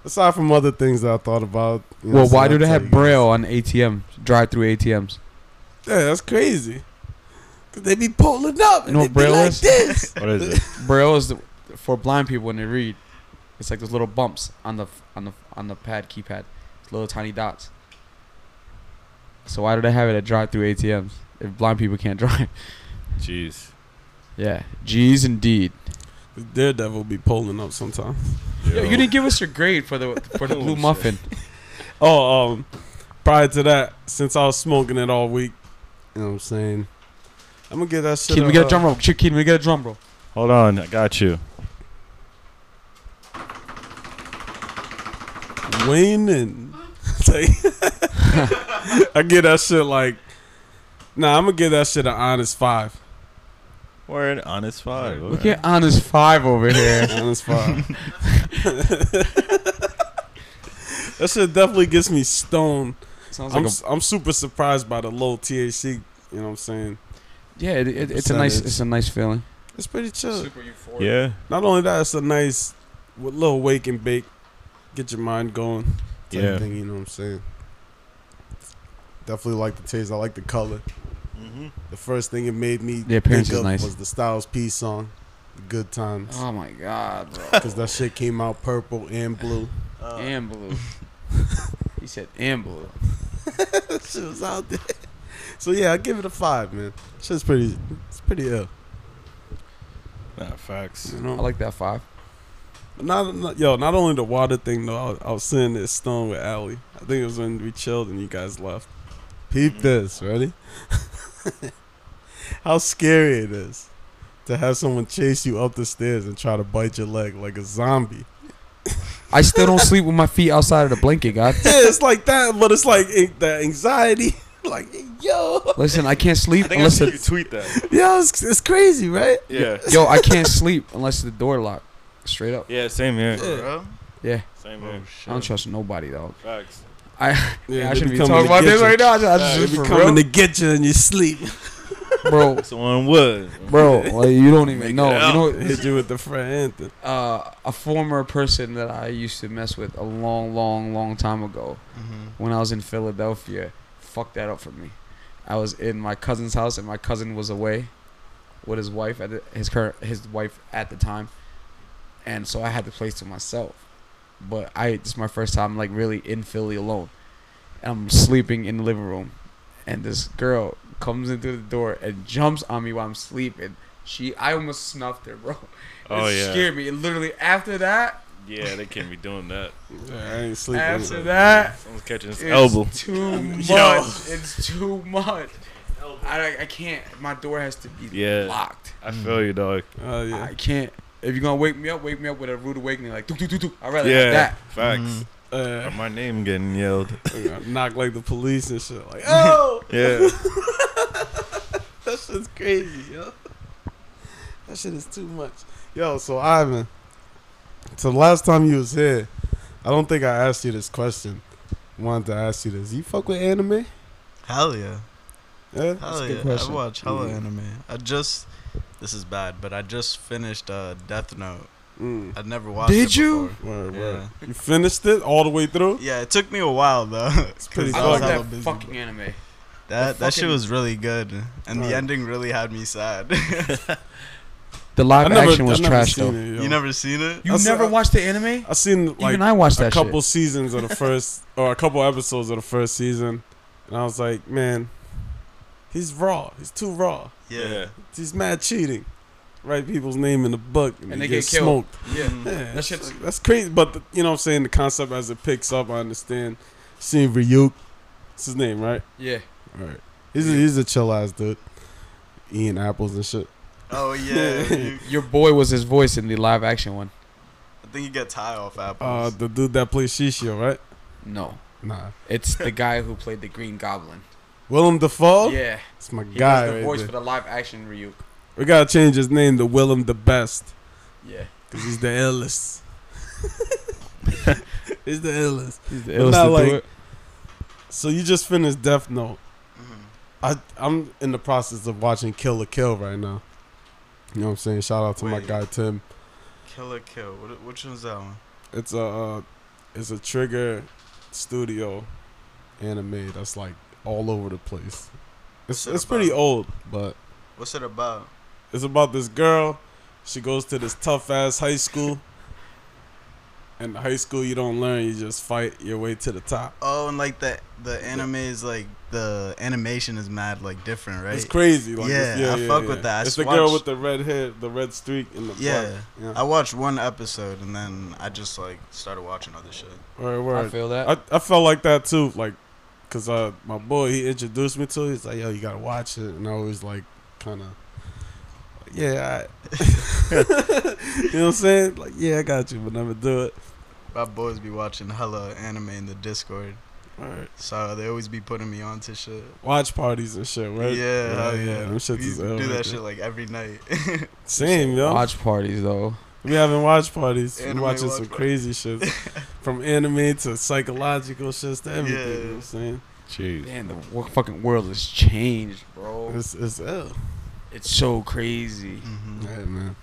Speaker 1: Aside from other things that I thought about. you know
Speaker 2: Well,
Speaker 1: what I'm
Speaker 2: why
Speaker 1: saying,
Speaker 2: do they
Speaker 1: I'll
Speaker 2: have
Speaker 1: tell you
Speaker 2: braille on ATMs, drive-through ATMs?
Speaker 1: guys. Yeah, that's crazy. 'Cause they be pulling up and
Speaker 2: No
Speaker 1: they be like
Speaker 2: brailers?
Speaker 1: this.
Speaker 3: What is it?
Speaker 2: Braille is the, for blind people when they read. It's like those little bumps on the on the on the pad keypad, it's little tiny dots. So why do they have it at drive-through ATMs if blind people can't drive?
Speaker 3: Jeez.
Speaker 2: Yeah, G's indeed.
Speaker 1: The Daredevil be pulling up sometimes.
Speaker 2: Yo, you didn't give us your grade for the for the
Speaker 3: Oh,
Speaker 2: blue
Speaker 3: shit.
Speaker 2: muffin.
Speaker 1: Oh, um, prior to that, since I was smoking it all week, you know what I'm saying? I'm going to get that shit. uh,
Speaker 2: Can we
Speaker 1: a-
Speaker 2: get a drum roll? Ch- Can we get a drum roll?
Speaker 3: Hold on, I got you.
Speaker 1: Wayne and It's like- I get that shit like Nah, I'm gonna give that shit an honest five.
Speaker 3: Word, honest five.
Speaker 2: Look at honest five over here.
Speaker 1: Honest five. that shit definitely gets me stoned.
Speaker 2: Sounds
Speaker 1: I'm
Speaker 2: like a,
Speaker 1: s I'm super surprised by the low THC, you know what I'm saying?
Speaker 2: yeah. It, it, it's a nice
Speaker 1: Percentage.
Speaker 2: it's a nice feeling.
Speaker 1: It's pretty chill.
Speaker 2: euphoric.
Speaker 3: Yeah.
Speaker 1: Not only that, it's a nice with little wake and bake. Get your mind going. Type
Speaker 3: Yeah.
Speaker 1: thing, you know what I'm saying? Definitely like the taste. I like the color.
Speaker 3: Mm-hmm.
Speaker 1: The first thing it made me
Speaker 2: The appearance is
Speaker 1: think of
Speaker 2: nice.
Speaker 1: was the Styles P song, The Good Times,
Speaker 2: Oh my god, bro.
Speaker 1: because that shit came out purple and blue.
Speaker 2: and blue. he said and blue.
Speaker 1: that shit was out there. So yeah, I give it a five, man. Shit's pretty, it's pretty ill.
Speaker 3: Nah, facts.
Speaker 1: You
Speaker 2: I
Speaker 1: know,
Speaker 2: like that five.
Speaker 1: But not, not yo, not only the water thing though. I was, I was sitting there stoned with Allie. I think it was when we chilled and you guys left. Peep this, ready? How scary it is to have someone chase you up the stairs and try to bite your leg like a zombie.
Speaker 2: I still don't sleep with my feet outside of the blanket, God.
Speaker 1: yeah, it's like that, but it's like it, the anxiety. Like, yo,
Speaker 2: Listen, I can't sleep
Speaker 3: I think I
Speaker 2: unless
Speaker 3: see you
Speaker 2: the,
Speaker 3: tweet that.
Speaker 1: yo, it's, it's crazy, right?
Speaker 3: Yeah.
Speaker 2: yo, I can't sleep unless the door locked. Straight up.
Speaker 3: Yeah, same here.
Speaker 2: Yeah.
Speaker 3: Same
Speaker 4: Oh,
Speaker 3: here.
Speaker 2: I don't
Speaker 4: shit.
Speaker 2: trust nobody though.
Speaker 3: Facts.
Speaker 2: I
Speaker 1: Yeah,
Speaker 2: I
Speaker 1: they
Speaker 2: shouldn't
Speaker 1: be
Speaker 2: be
Speaker 1: coming
Speaker 2: talking
Speaker 1: to
Speaker 2: about
Speaker 1: get
Speaker 2: this
Speaker 1: you.
Speaker 2: right now. I just,
Speaker 3: Nah,
Speaker 2: I
Speaker 1: They
Speaker 2: just
Speaker 1: be
Speaker 2: for
Speaker 1: coming
Speaker 2: real,
Speaker 1: to get you in your sleep.
Speaker 2: bro,
Speaker 3: Someone would.
Speaker 2: bro. Like you don't even know.
Speaker 3: out.
Speaker 2: You know,
Speaker 1: Hit you with the friend anthem.
Speaker 2: uh, a former person that I used to mess with a long, long, long time ago
Speaker 4: Mhm.
Speaker 2: when I was in Philadelphia fucked that up for me. I was in my cousin's house and my cousin was away with his wife at the, his current his wife at the time, and so I had the place to myself. But I this is my first time like really in Philly alone. And I'm sleeping in the living room, and this girl comes in through the door and jumps on me while I'm sleeping. She I almost snuffed her, bro.
Speaker 3: Oh,
Speaker 2: it
Speaker 3: yeah.
Speaker 2: scared me. And literally after that,
Speaker 3: Yeah, they can't be doing that.
Speaker 1: Yeah, I ain't sleeping.
Speaker 2: after that,
Speaker 3: Someone's catching his
Speaker 2: it's
Speaker 3: elbow.
Speaker 2: too much.
Speaker 1: Yo.
Speaker 2: It's too much. I, I can't. My door has to be
Speaker 3: Yeah.
Speaker 2: locked.
Speaker 3: I feel you, dog.
Speaker 1: Oh yeah.
Speaker 2: I can't. If you're gonna wake me up, wake me up with a rude awakening, like do do do do. I rather
Speaker 3: Yeah.
Speaker 2: have that.
Speaker 3: Facts.
Speaker 4: Mm.
Speaker 1: Uh,
Speaker 3: My name getting yelled.
Speaker 1: knock like the police and shit. Like, oh,
Speaker 3: Yeah.
Speaker 1: that shit's crazy, yo. That shit is too much, yo. So Ivan, so the last time you was here, I don't think I asked you this question. Wanted to ask you this. You fuck with anime?
Speaker 4: Hell yeah.
Speaker 1: Yeah, that's
Speaker 4: Hell
Speaker 1: a good
Speaker 4: yeah. I
Speaker 1: question.
Speaker 4: watch hella
Speaker 1: Mm.
Speaker 4: anime. I just. This is bad, but I just finished uh, Death Note.
Speaker 1: Mm.
Speaker 4: I'd never watched
Speaker 2: Did
Speaker 4: it
Speaker 2: you?
Speaker 4: before.
Speaker 1: Word, word. You finished it all the way through?
Speaker 4: Yeah, it took me a while though. 'cause
Speaker 1: pretty Fuck. fucked
Speaker 2: I like
Speaker 4: hella
Speaker 2: that
Speaker 4: busy,
Speaker 2: fucking
Speaker 4: but-
Speaker 2: anime.
Speaker 4: That
Speaker 2: The
Speaker 4: that shit
Speaker 2: fucking-
Speaker 4: was really good, and
Speaker 1: Right.
Speaker 4: the ending really had me sad.
Speaker 2: The
Speaker 1: I
Speaker 2: live
Speaker 1: never,
Speaker 2: action was
Speaker 1: I never
Speaker 2: trash
Speaker 1: seen
Speaker 2: though.
Speaker 1: It, yo.
Speaker 4: you never seen it?
Speaker 2: You
Speaker 1: I saw-
Speaker 2: never watched the anime?
Speaker 1: I seen like
Speaker 2: Even I watched
Speaker 1: a
Speaker 2: that
Speaker 1: couple
Speaker 2: shit.
Speaker 1: seasons of the first, or a couple episodes of the first season, and I was like, man, he's raw. He's too raw.
Speaker 4: Yeah.
Speaker 1: He's mad cheating. Write people's name in the book and, they, get,
Speaker 2: killed.
Speaker 1: smoked.
Speaker 2: Yeah.
Speaker 1: Yeah,
Speaker 2: That shit's-
Speaker 1: that's crazy. But the, you know what I'm saying? The concept as it picks up, I understand. Seeing Ryuk, that's his name, right?
Speaker 2: Yeah.
Speaker 1: All right. He's a, he's a chill ass dude. eating apples and shit.
Speaker 4: Oh yeah, dude.
Speaker 2: Your boy was his voice in the live action one.
Speaker 4: I think you got tie off
Speaker 1: Uh,
Speaker 4: apples.
Speaker 1: the dude that plays Shishio, right?
Speaker 2: No,
Speaker 1: Nah,
Speaker 2: it's the guy who played the Green Goblin.
Speaker 1: Willem Dafoe.
Speaker 2: Yeah,
Speaker 1: It's my
Speaker 2: he
Speaker 1: guy.
Speaker 2: was the
Speaker 1: right
Speaker 2: voice
Speaker 1: there.
Speaker 2: for the live action Ryuk.
Speaker 1: we gotta change his name to Willem the Best
Speaker 2: Yeah,
Speaker 1: because he's the illest. he's the illest.
Speaker 3: Illest
Speaker 1: not
Speaker 3: to do
Speaker 1: like-
Speaker 3: it.
Speaker 1: So you just finished Death Note.
Speaker 4: Mhm.
Speaker 1: I I'm in the process of watching Kill a Kill right now. You know what I'm saying? Shout out to my
Speaker 4: Wait.
Speaker 1: guy Tim.
Speaker 4: Killer Kill. What, which one's that one?
Speaker 1: It's a uh, it's a Trigger Studio anime that's like all over the place. It's
Speaker 4: it
Speaker 1: it's pretty
Speaker 4: about?
Speaker 1: old, but
Speaker 4: What's it about?
Speaker 1: It's about this girl. She goes to this tough ass high school. And high school, you don't learn. You just fight your way to the top.
Speaker 4: Oh, and like the the anime is like the animation is mad like different, right?
Speaker 1: It's crazy. Like, it's-
Speaker 4: Yeah, I fuck with that. I
Speaker 1: It's
Speaker 4: just
Speaker 1: the girl
Speaker 4: watched-
Speaker 1: with the red hair, the red streak, and the
Speaker 4: Yeah.
Speaker 1: blood.
Speaker 4: I watched one episode and then I just like started watching other shit.
Speaker 1: yeah. Word,
Speaker 2: I
Speaker 1: word.
Speaker 2: feel that.
Speaker 1: I, I felt like that too. Like, cause uh, my boy, he introduced me to. it. He's like, yo, you gotta watch it, and I was like, kind of, yeah. I, you know what I'm saying? Like, yeah, I got you, but never do it.
Speaker 4: My boys be watching hella anime in the Discord,
Speaker 1: All right.
Speaker 4: so they always be putting me on to shit.
Speaker 1: watch parties and shit, right?
Speaker 4: Yeah, hell yeah.
Speaker 1: Them shits
Speaker 4: we
Speaker 1: is
Speaker 4: do
Speaker 1: ill
Speaker 4: that
Speaker 1: right
Speaker 4: shit like every night.
Speaker 1: there. Same, yo.
Speaker 2: Watch parties though.
Speaker 1: We having watch parties.
Speaker 4: Anime
Speaker 1: we watching
Speaker 4: watch
Speaker 1: some
Speaker 4: party.
Speaker 1: crazy shit. From anime to psychological shit to everything. You know
Speaker 4: Yeah.
Speaker 1: what I'm saying?
Speaker 3: Jeez.
Speaker 2: Man, the wo- fucking world has changed, bro.
Speaker 1: It's, it's ill.
Speaker 2: It's so crazy.
Speaker 4: hmm
Speaker 1: Yeah, man.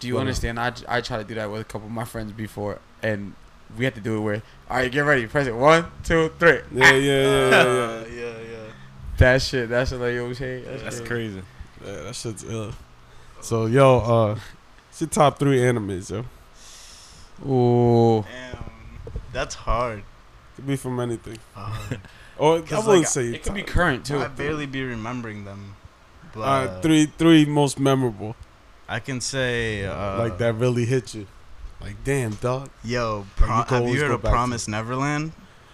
Speaker 2: Do you
Speaker 1: Well, no.
Speaker 2: understand? I, I tried to do that with a couple of my friends before, and we had to do it where, all right, get ready, press it. One, two, three.
Speaker 1: Yeah, yeah, yeah, yeah.
Speaker 4: yeah, Uh, yeah, yeah.
Speaker 2: That shit, that shit, like, yo, hey,
Speaker 3: That's
Speaker 2: shit.
Speaker 3: crazy.
Speaker 1: yeah. yeah that shit's ill. So, yo, uh, it's your top three animes, yo.
Speaker 2: Ooh.
Speaker 4: Damn, that's hard.
Speaker 1: Could be from anything.
Speaker 4: Hard.
Speaker 1: Or I wouldn't
Speaker 4: 'Cause, like,
Speaker 1: say.
Speaker 2: It could be
Speaker 1: top.
Speaker 2: current, too.
Speaker 4: I barely be remembering them. But
Speaker 1: Uh, three, three most memorable.
Speaker 4: I can say uh,
Speaker 1: like that really hit you. Like, damn, dog.
Speaker 4: Yo,
Speaker 1: Like, you
Speaker 4: prom-
Speaker 1: can
Speaker 4: have
Speaker 1: always
Speaker 4: you heard
Speaker 1: go
Speaker 4: of
Speaker 1: back to
Speaker 4: Promise Neverland?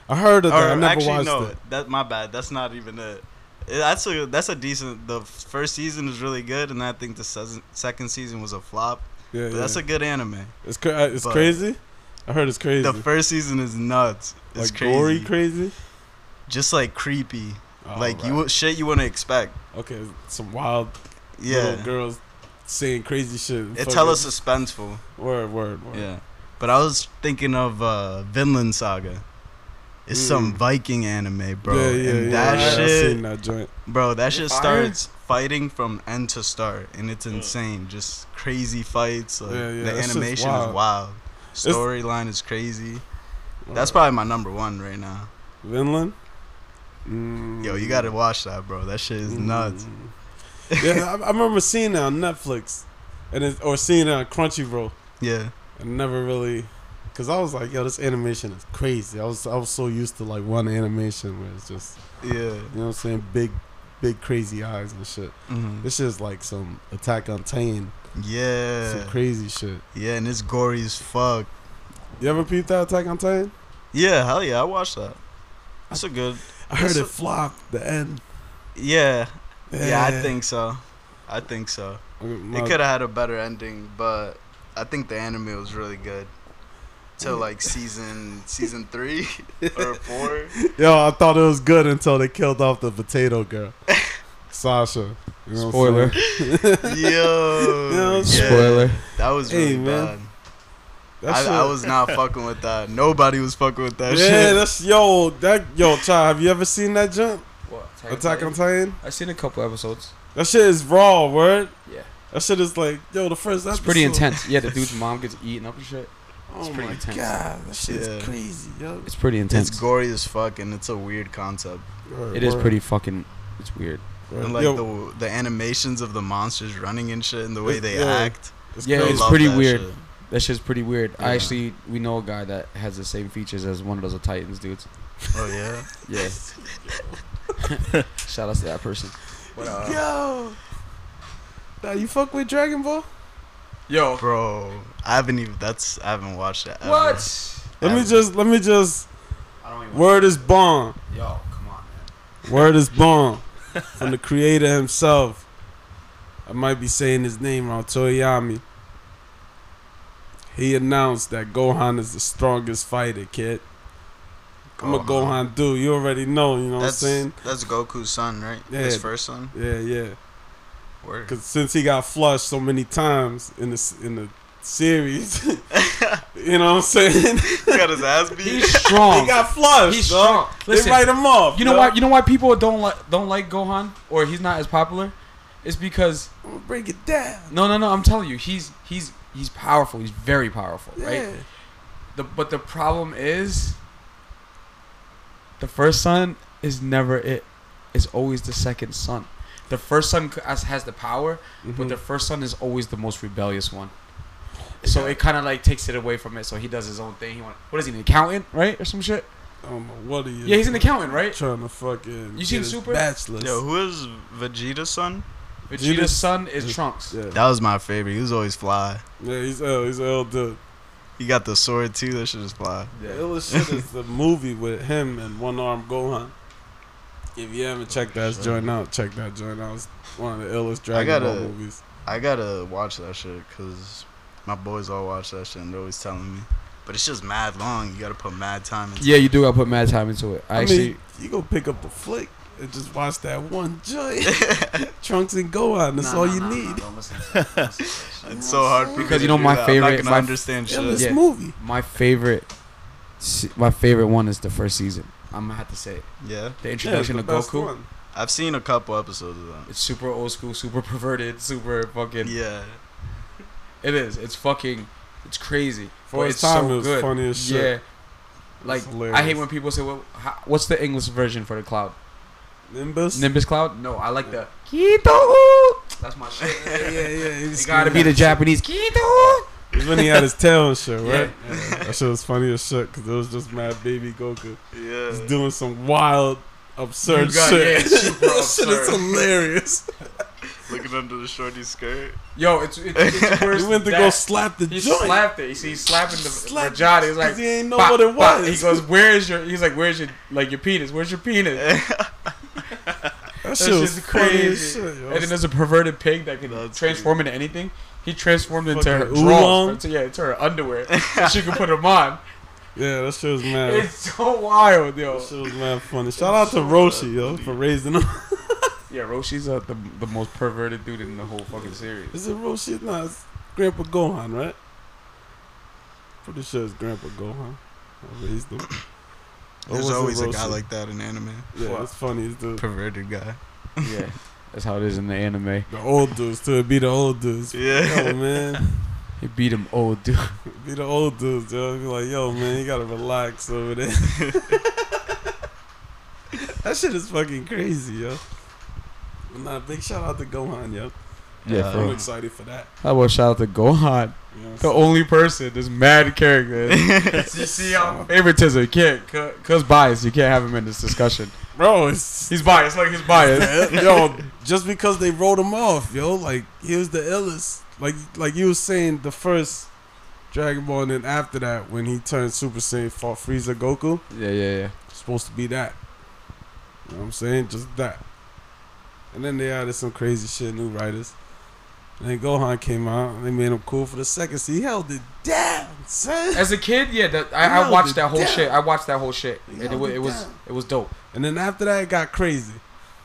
Speaker 1: I heard of
Speaker 4: or
Speaker 1: that. I never
Speaker 4: actually,
Speaker 1: watched
Speaker 4: no,
Speaker 1: it.
Speaker 4: that my bad. That's not even it. It- That's a that's a decent. The first season is really good, and I think the se- second season was a flop.
Speaker 1: Yeah,
Speaker 4: But that's
Speaker 1: yeah.
Speaker 4: a good anime.
Speaker 1: It's cra- uh, it's
Speaker 4: But-
Speaker 1: crazy. I heard it's crazy.
Speaker 4: The first season is nuts. It's
Speaker 1: like
Speaker 4: crazy.
Speaker 1: gory, crazy.
Speaker 4: Just like creepy.
Speaker 1: Oh,
Speaker 4: like
Speaker 1: right.
Speaker 4: you would shit you wouldn't expect.
Speaker 1: Okay, some wild little
Speaker 4: Yeah.
Speaker 1: girls saying crazy shit.
Speaker 4: It's hella suspenseful.
Speaker 1: Fucking- word, word, word.
Speaker 4: Yeah. But I was thinking of uh Vinland Saga. It's some
Speaker 1: Mm.
Speaker 4: Viking anime, bro.
Speaker 1: Yeah, yeah,
Speaker 4: and
Speaker 1: yeah,
Speaker 4: that
Speaker 1: yeah, I
Speaker 4: shit
Speaker 1: seen that joint.
Speaker 4: Bro, that shit
Speaker 2: Fire?
Speaker 4: starts fighting from end to start, and it's insane. Just crazy fights. Like,
Speaker 1: Yeah, yeah,
Speaker 4: the
Speaker 1: that shit's
Speaker 4: animation
Speaker 1: wild.
Speaker 4: is wild. Storyline is crazy. That's probably my number one right now.
Speaker 1: Vinland. Mm.
Speaker 4: Yo, you gotta watch that, bro. That shit
Speaker 1: Mm-hmm.
Speaker 4: is nuts.
Speaker 1: Mm. yeah, I, I remember seeing that on Netflix, and it, or seeing it on Crunchyroll,
Speaker 4: Yeah,
Speaker 1: and never really, cause I was like, yo, this animation is crazy. I was I was so used to like one animation where it's just
Speaker 4: yeah.
Speaker 1: you know what I'm saying, big, big crazy eyes and shit.
Speaker 4: hmm
Speaker 1: This is like some Attack on Titan, some
Speaker 4: Yeah,
Speaker 1: crazy shit.
Speaker 4: yeah, and it's gory as fuck.
Speaker 1: You ever peeped that Attack on Titan?
Speaker 4: Yeah, hell yeah, I watched that. That's a good.
Speaker 1: I heard
Speaker 4: It's
Speaker 1: it
Speaker 4: a-
Speaker 1: flop. The end.
Speaker 4: Yeah, yeah, I think so. I think so. It could have had a better ending, but I think the anime was really good. Till like season season three or four.
Speaker 1: Yo, I thought it was good until they killed off the potato girl, Sasha. You know what I'm
Speaker 2: Spoiler.
Speaker 1: saying?
Speaker 4: Yo,
Speaker 1: Yeah.
Speaker 4: yeah,
Speaker 2: Spoiler.
Speaker 4: That was
Speaker 1: Hey,
Speaker 4: really
Speaker 1: man.
Speaker 4: bad.
Speaker 1: That
Speaker 4: I,
Speaker 1: shit-
Speaker 4: I was not fucking with that. Nobody was fucking with
Speaker 1: yeah,
Speaker 4: that shit.
Speaker 1: that's yo. That yo, child. Have you ever seen that jump?
Speaker 2: What,
Speaker 1: Attack on Titan.
Speaker 2: I've seen a couple episodes.
Speaker 1: That shit is raw, word.
Speaker 2: Yeah.
Speaker 1: That shit is like yo. The first
Speaker 2: It's
Speaker 1: episode.
Speaker 2: pretty intense. Yeah, the dude's mom gets eaten up and shit.
Speaker 1: Oh
Speaker 2: It's pretty
Speaker 1: my
Speaker 2: intense.
Speaker 1: god, that shit is
Speaker 4: Yeah.
Speaker 1: crazy, yo.
Speaker 2: It's pretty intense.
Speaker 4: it's gory as fuck, and it's a weird concept.
Speaker 1: Word,
Speaker 2: It is
Speaker 1: word,
Speaker 2: pretty fucking. It's weird.
Speaker 1: word.
Speaker 4: And like
Speaker 1: Yo,
Speaker 4: the the animations of the monsters running and shit, and the way
Speaker 1: It-
Speaker 4: they
Speaker 1: yeah.
Speaker 4: act.
Speaker 1: it's
Speaker 2: Yeah,
Speaker 4: I
Speaker 1: crazy.
Speaker 2: it's
Speaker 4: love
Speaker 2: pretty
Speaker 4: that
Speaker 2: weird.
Speaker 4: shit.
Speaker 2: That shit's pretty weird. I
Speaker 4: Yeah.
Speaker 2: actually, we know a guy that has the same features as one of those Titans dudes.
Speaker 4: Oh yeah.
Speaker 2: Yeah. Shout out to that person. But, uh,
Speaker 1: yo. Nah, you fuck with Dragon Ball?
Speaker 2: Yo.
Speaker 4: Bro, I haven't even. That's I haven't watched that. Ever.
Speaker 2: What?
Speaker 1: Let me
Speaker 4: Ever.
Speaker 1: just. Let me just.
Speaker 2: I don't even.
Speaker 1: Word is bond.
Speaker 2: Yo, come on, man.
Speaker 1: Word is born from the creator himself. I might be saying his name wrong, Toyami. He announced that Gohan is the strongest fighter, kid. I'm a Gohan dude. You already know, you know what I'm
Speaker 4: That's
Speaker 1: saying?
Speaker 4: that's Goku's son, right?
Speaker 1: Yeah.
Speaker 4: His first son.
Speaker 1: Yeah, yeah.
Speaker 4: Word.
Speaker 1: Cause since he got flushed so many times in the in the series, you know what I'm saying?
Speaker 4: Got his ass beat.
Speaker 2: He's strong.
Speaker 1: he got flushed.
Speaker 2: He's
Speaker 1: dog.
Speaker 2: strong. Listen,
Speaker 1: they write him off.
Speaker 2: you know
Speaker 1: dog.
Speaker 2: why? You know why people don't like don't like Gohan or he's not as popular? It's because
Speaker 1: I'm gonna break it down.
Speaker 2: no, no, no. I'm telling you, he's he's he's powerful. He's very powerful, right?
Speaker 1: Yeah.
Speaker 2: The, but the problem is, the first son is never it. It's always the second son. The first son c- has, has the power, but
Speaker 1: Mm. Mm-hmm.
Speaker 2: the first son is always the most rebellious one. So it kind of like takes it away from it. So he does his own thing. He want what is he an accountant, right, or some shit?
Speaker 1: I don't know what he is.
Speaker 2: Yeah, he's an accountant, right?
Speaker 1: Trying to fucking.
Speaker 2: You seen
Speaker 1: get his
Speaker 2: Super?
Speaker 1: Bachelor's.
Speaker 4: Yo, who is Vegeta's son?
Speaker 2: Vegeta's
Speaker 1: Vegeta's-
Speaker 2: son is Trunks.
Speaker 1: yeah.
Speaker 4: That was my favorite. He was always fly.
Speaker 1: yeah, he's L. He's L. Dude.
Speaker 4: He got the sword too. That shit is fly.
Speaker 1: The illest shit is the movie with him and One Arm Gohan. If you haven't checked that joint out, check that joint out. It's one of the illest Dragon
Speaker 4: gotta-
Speaker 1: Ball movies.
Speaker 4: I gotta watch that shit because my boys all watch that shit and they're always telling me. But it's just mad long. You gotta put mad time into.
Speaker 2: Yeah, you do. I put mad time into it. I,
Speaker 1: I
Speaker 2: actually,
Speaker 1: mean, you go pick up a flick and just watch that one joint. Trunks and Gohan. That's all you need.
Speaker 4: It's so hard for me
Speaker 2: Because
Speaker 4: to
Speaker 2: you know
Speaker 4: do
Speaker 2: my
Speaker 4: that.
Speaker 2: favorite-
Speaker 4: I'm not gonna
Speaker 2: my-
Speaker 4: understand shit.
Speaker 1: Illest
Speaker 2: Yeah.
Speaker 1: movie.
Speaker 2: my favorite, se- my favorite one is the first season. I'm gonna have to say it.
Speaker 4: Yeah,
Speaker 2: the
Speaker 1: Yeah, it's
Speaker 2: introduction
Speaker 1: the
Speaker 2: to
Speaker 1: best
Speaker 2: Goku.
Speaker 1: one.
Speaker 4: I've seen a couple episodes of that.
Speaker 2: It's super old school, super perverted, super fucking.
Speaker 4: Yeah,
Speaker 2: It is. It's fucking. It's crazy.
Speaker 1: For
Speaker 2: but
Speaker 1: its
Speaker 2: it's
Speaker 1: time,
Speaker 2: so
Speaker 1: it was
Speaker 2: good.
Speaker 1: funny as shit.
Speaker 2: Yeah. Like
Speaker 1: It's
Speaker 2: I
Speaker 1: hilarious.
Speaker 2: hate when people say, "Well, how, what's the English version for the cloud?
Speaker 1: Nimbus.
Speaker 2: Nimbus cloud?" No, I like the Kito. That's my
Speaker 1: yeah,
Speaker 2: shit.
Speaker 1: yeah, yeah.
Speaker 2: It gotta be the Japanese Kito.
Speaker 1: It's when he had his tail and shit,
Speaker 2: Yeah.
Speaker 1: right? That shit was funny as shit because it was just mad baby Goku.
Speaker 4: yeah.
Speaker 1: He's doing some wild, absurd
Speaker 2: You got-
Speaker 1: shit.
Speaker 2: yeah, it's super
Speaker 1: that shit is
Speaker 2: absurd.
Speaker 1: hilarious.
Speaker 4: Looking under the shorty skirt.
Speaker 2: Yo, it's it's, it's worse
Speaker 1: He went to
Speaker 2: than
Speaker 1: go
Speaker 2: that.
Speaker 1: slap the
Speaker 2: He
Speaker 1: joint.
Speaker 2: slapped it. You see, he's slapping the
Speaker 1: Slapped
Speaker 2: slapped Rajada.
Speaker 1: 'cause
Speaker 2: He's like,
Speaker 1: he ain't know
Speaker 2: "Pop,
Speaker 1: what it
Speaker 2: pop."
Speaker 1: was.
Speaker 2: He goes, "Where is your?" He's like, "Where's your like your penis? Where's your penis?"
Speaker 1: that
Speaker 2: That
Speaker 1: shit was
Speaker 2: shit's
Speaker 1: crazy.
Speaker 2: crazy. And then there's a perverted pig that can
Speaker 4: That's
Speaker 2: transform into anything. He transformed into her
Speaker 1: Fucking oolong.
Speaker 2: drawers. Into, yeah, into her underwear. so she could put them on.
Speaker 1: yeah, that shit was mad.
Speaker 2: It's so wild, yo.
Speaker 1: That shit was mad funny. Shout out to Roshi, yo, for raising him.
Speaker 2: Yeah, Roshi's uh, the the most perverted dude in the whole fucking series.
Speaker 1: Is it Roshi? Nah, it's Grandpa Gohan, right? Pretty sure it's Grandpa Gohan. I raised him. Or was
Speaker 4: There's
Speaker 1: it
Speaker 4: always a guy
Speaker 1: Roshi?
Speaker 4: like that in anime.
Speaker 1: Yeah, it's funny. It's the,
Speaker 4: Perverted guy.
Speaker 2: Yeah, that's how it is in the anime.
Speaker 1: the old dudes, too. It'd be the old dudes. Yo,
Speaker 4: Yeah.
Speaker 1: man.
Speaker 2: He beat him old dude.
Speaker 1: Be the old dudes, yo. Be like, yo, man, you gotta relax over there. that shit is fucking crazy, yo. Nah, big shout out to Gohan, yo.
Speaker 2: Yeah,
Speaker 4: Uh,
Speaker 2: for
Speaker 1: I'm
Speaker 2: real.
Speaker 1: excited for that.
Speaker 2: How about shout out to Gohan,
Speaker 1: You know what I'm
Speaker 2: the
Speaker 1: saying?
Speaker 2: only person this mad character. is. you see, I'm favoritism. You can't, cu- cause bias. You can't have him in this discussion.
Speaker 1: Bro, it's.
Speaker 2: He's biased. Like he's biased.
Speaker 1: yo, just because they wrote him off, yo, like he was the illest. Like, like you was saying, the first Dragon Ball, and then after that, when he turned Super Saiyan, fought Frieza, Goku,
Speaker 2: yeah, yeah, yeah.
Speaker 1: supposed to be that. You know what I'm saying? Just that. And then they added some crazy shit, new writers. And then Gohan came out, and they made him cool for the second. So he held it down, son.
Speaker 2: As a kid, yeah, that, I, I
Speaker 1: No,
Speaker 2: watched
Speaker 1: the
Speaker 2: that whole
Speaker 1: damn-
Speaker 2: shit. I watched that whole shit,
Speaker 1: No,
Speaker 2: and it, wa-
Speaker 1: the
Speaker 2: it was
Speaker 1: damn-
Speaker 2: it was dope.
Speaker 1: And then after that, it got crazy.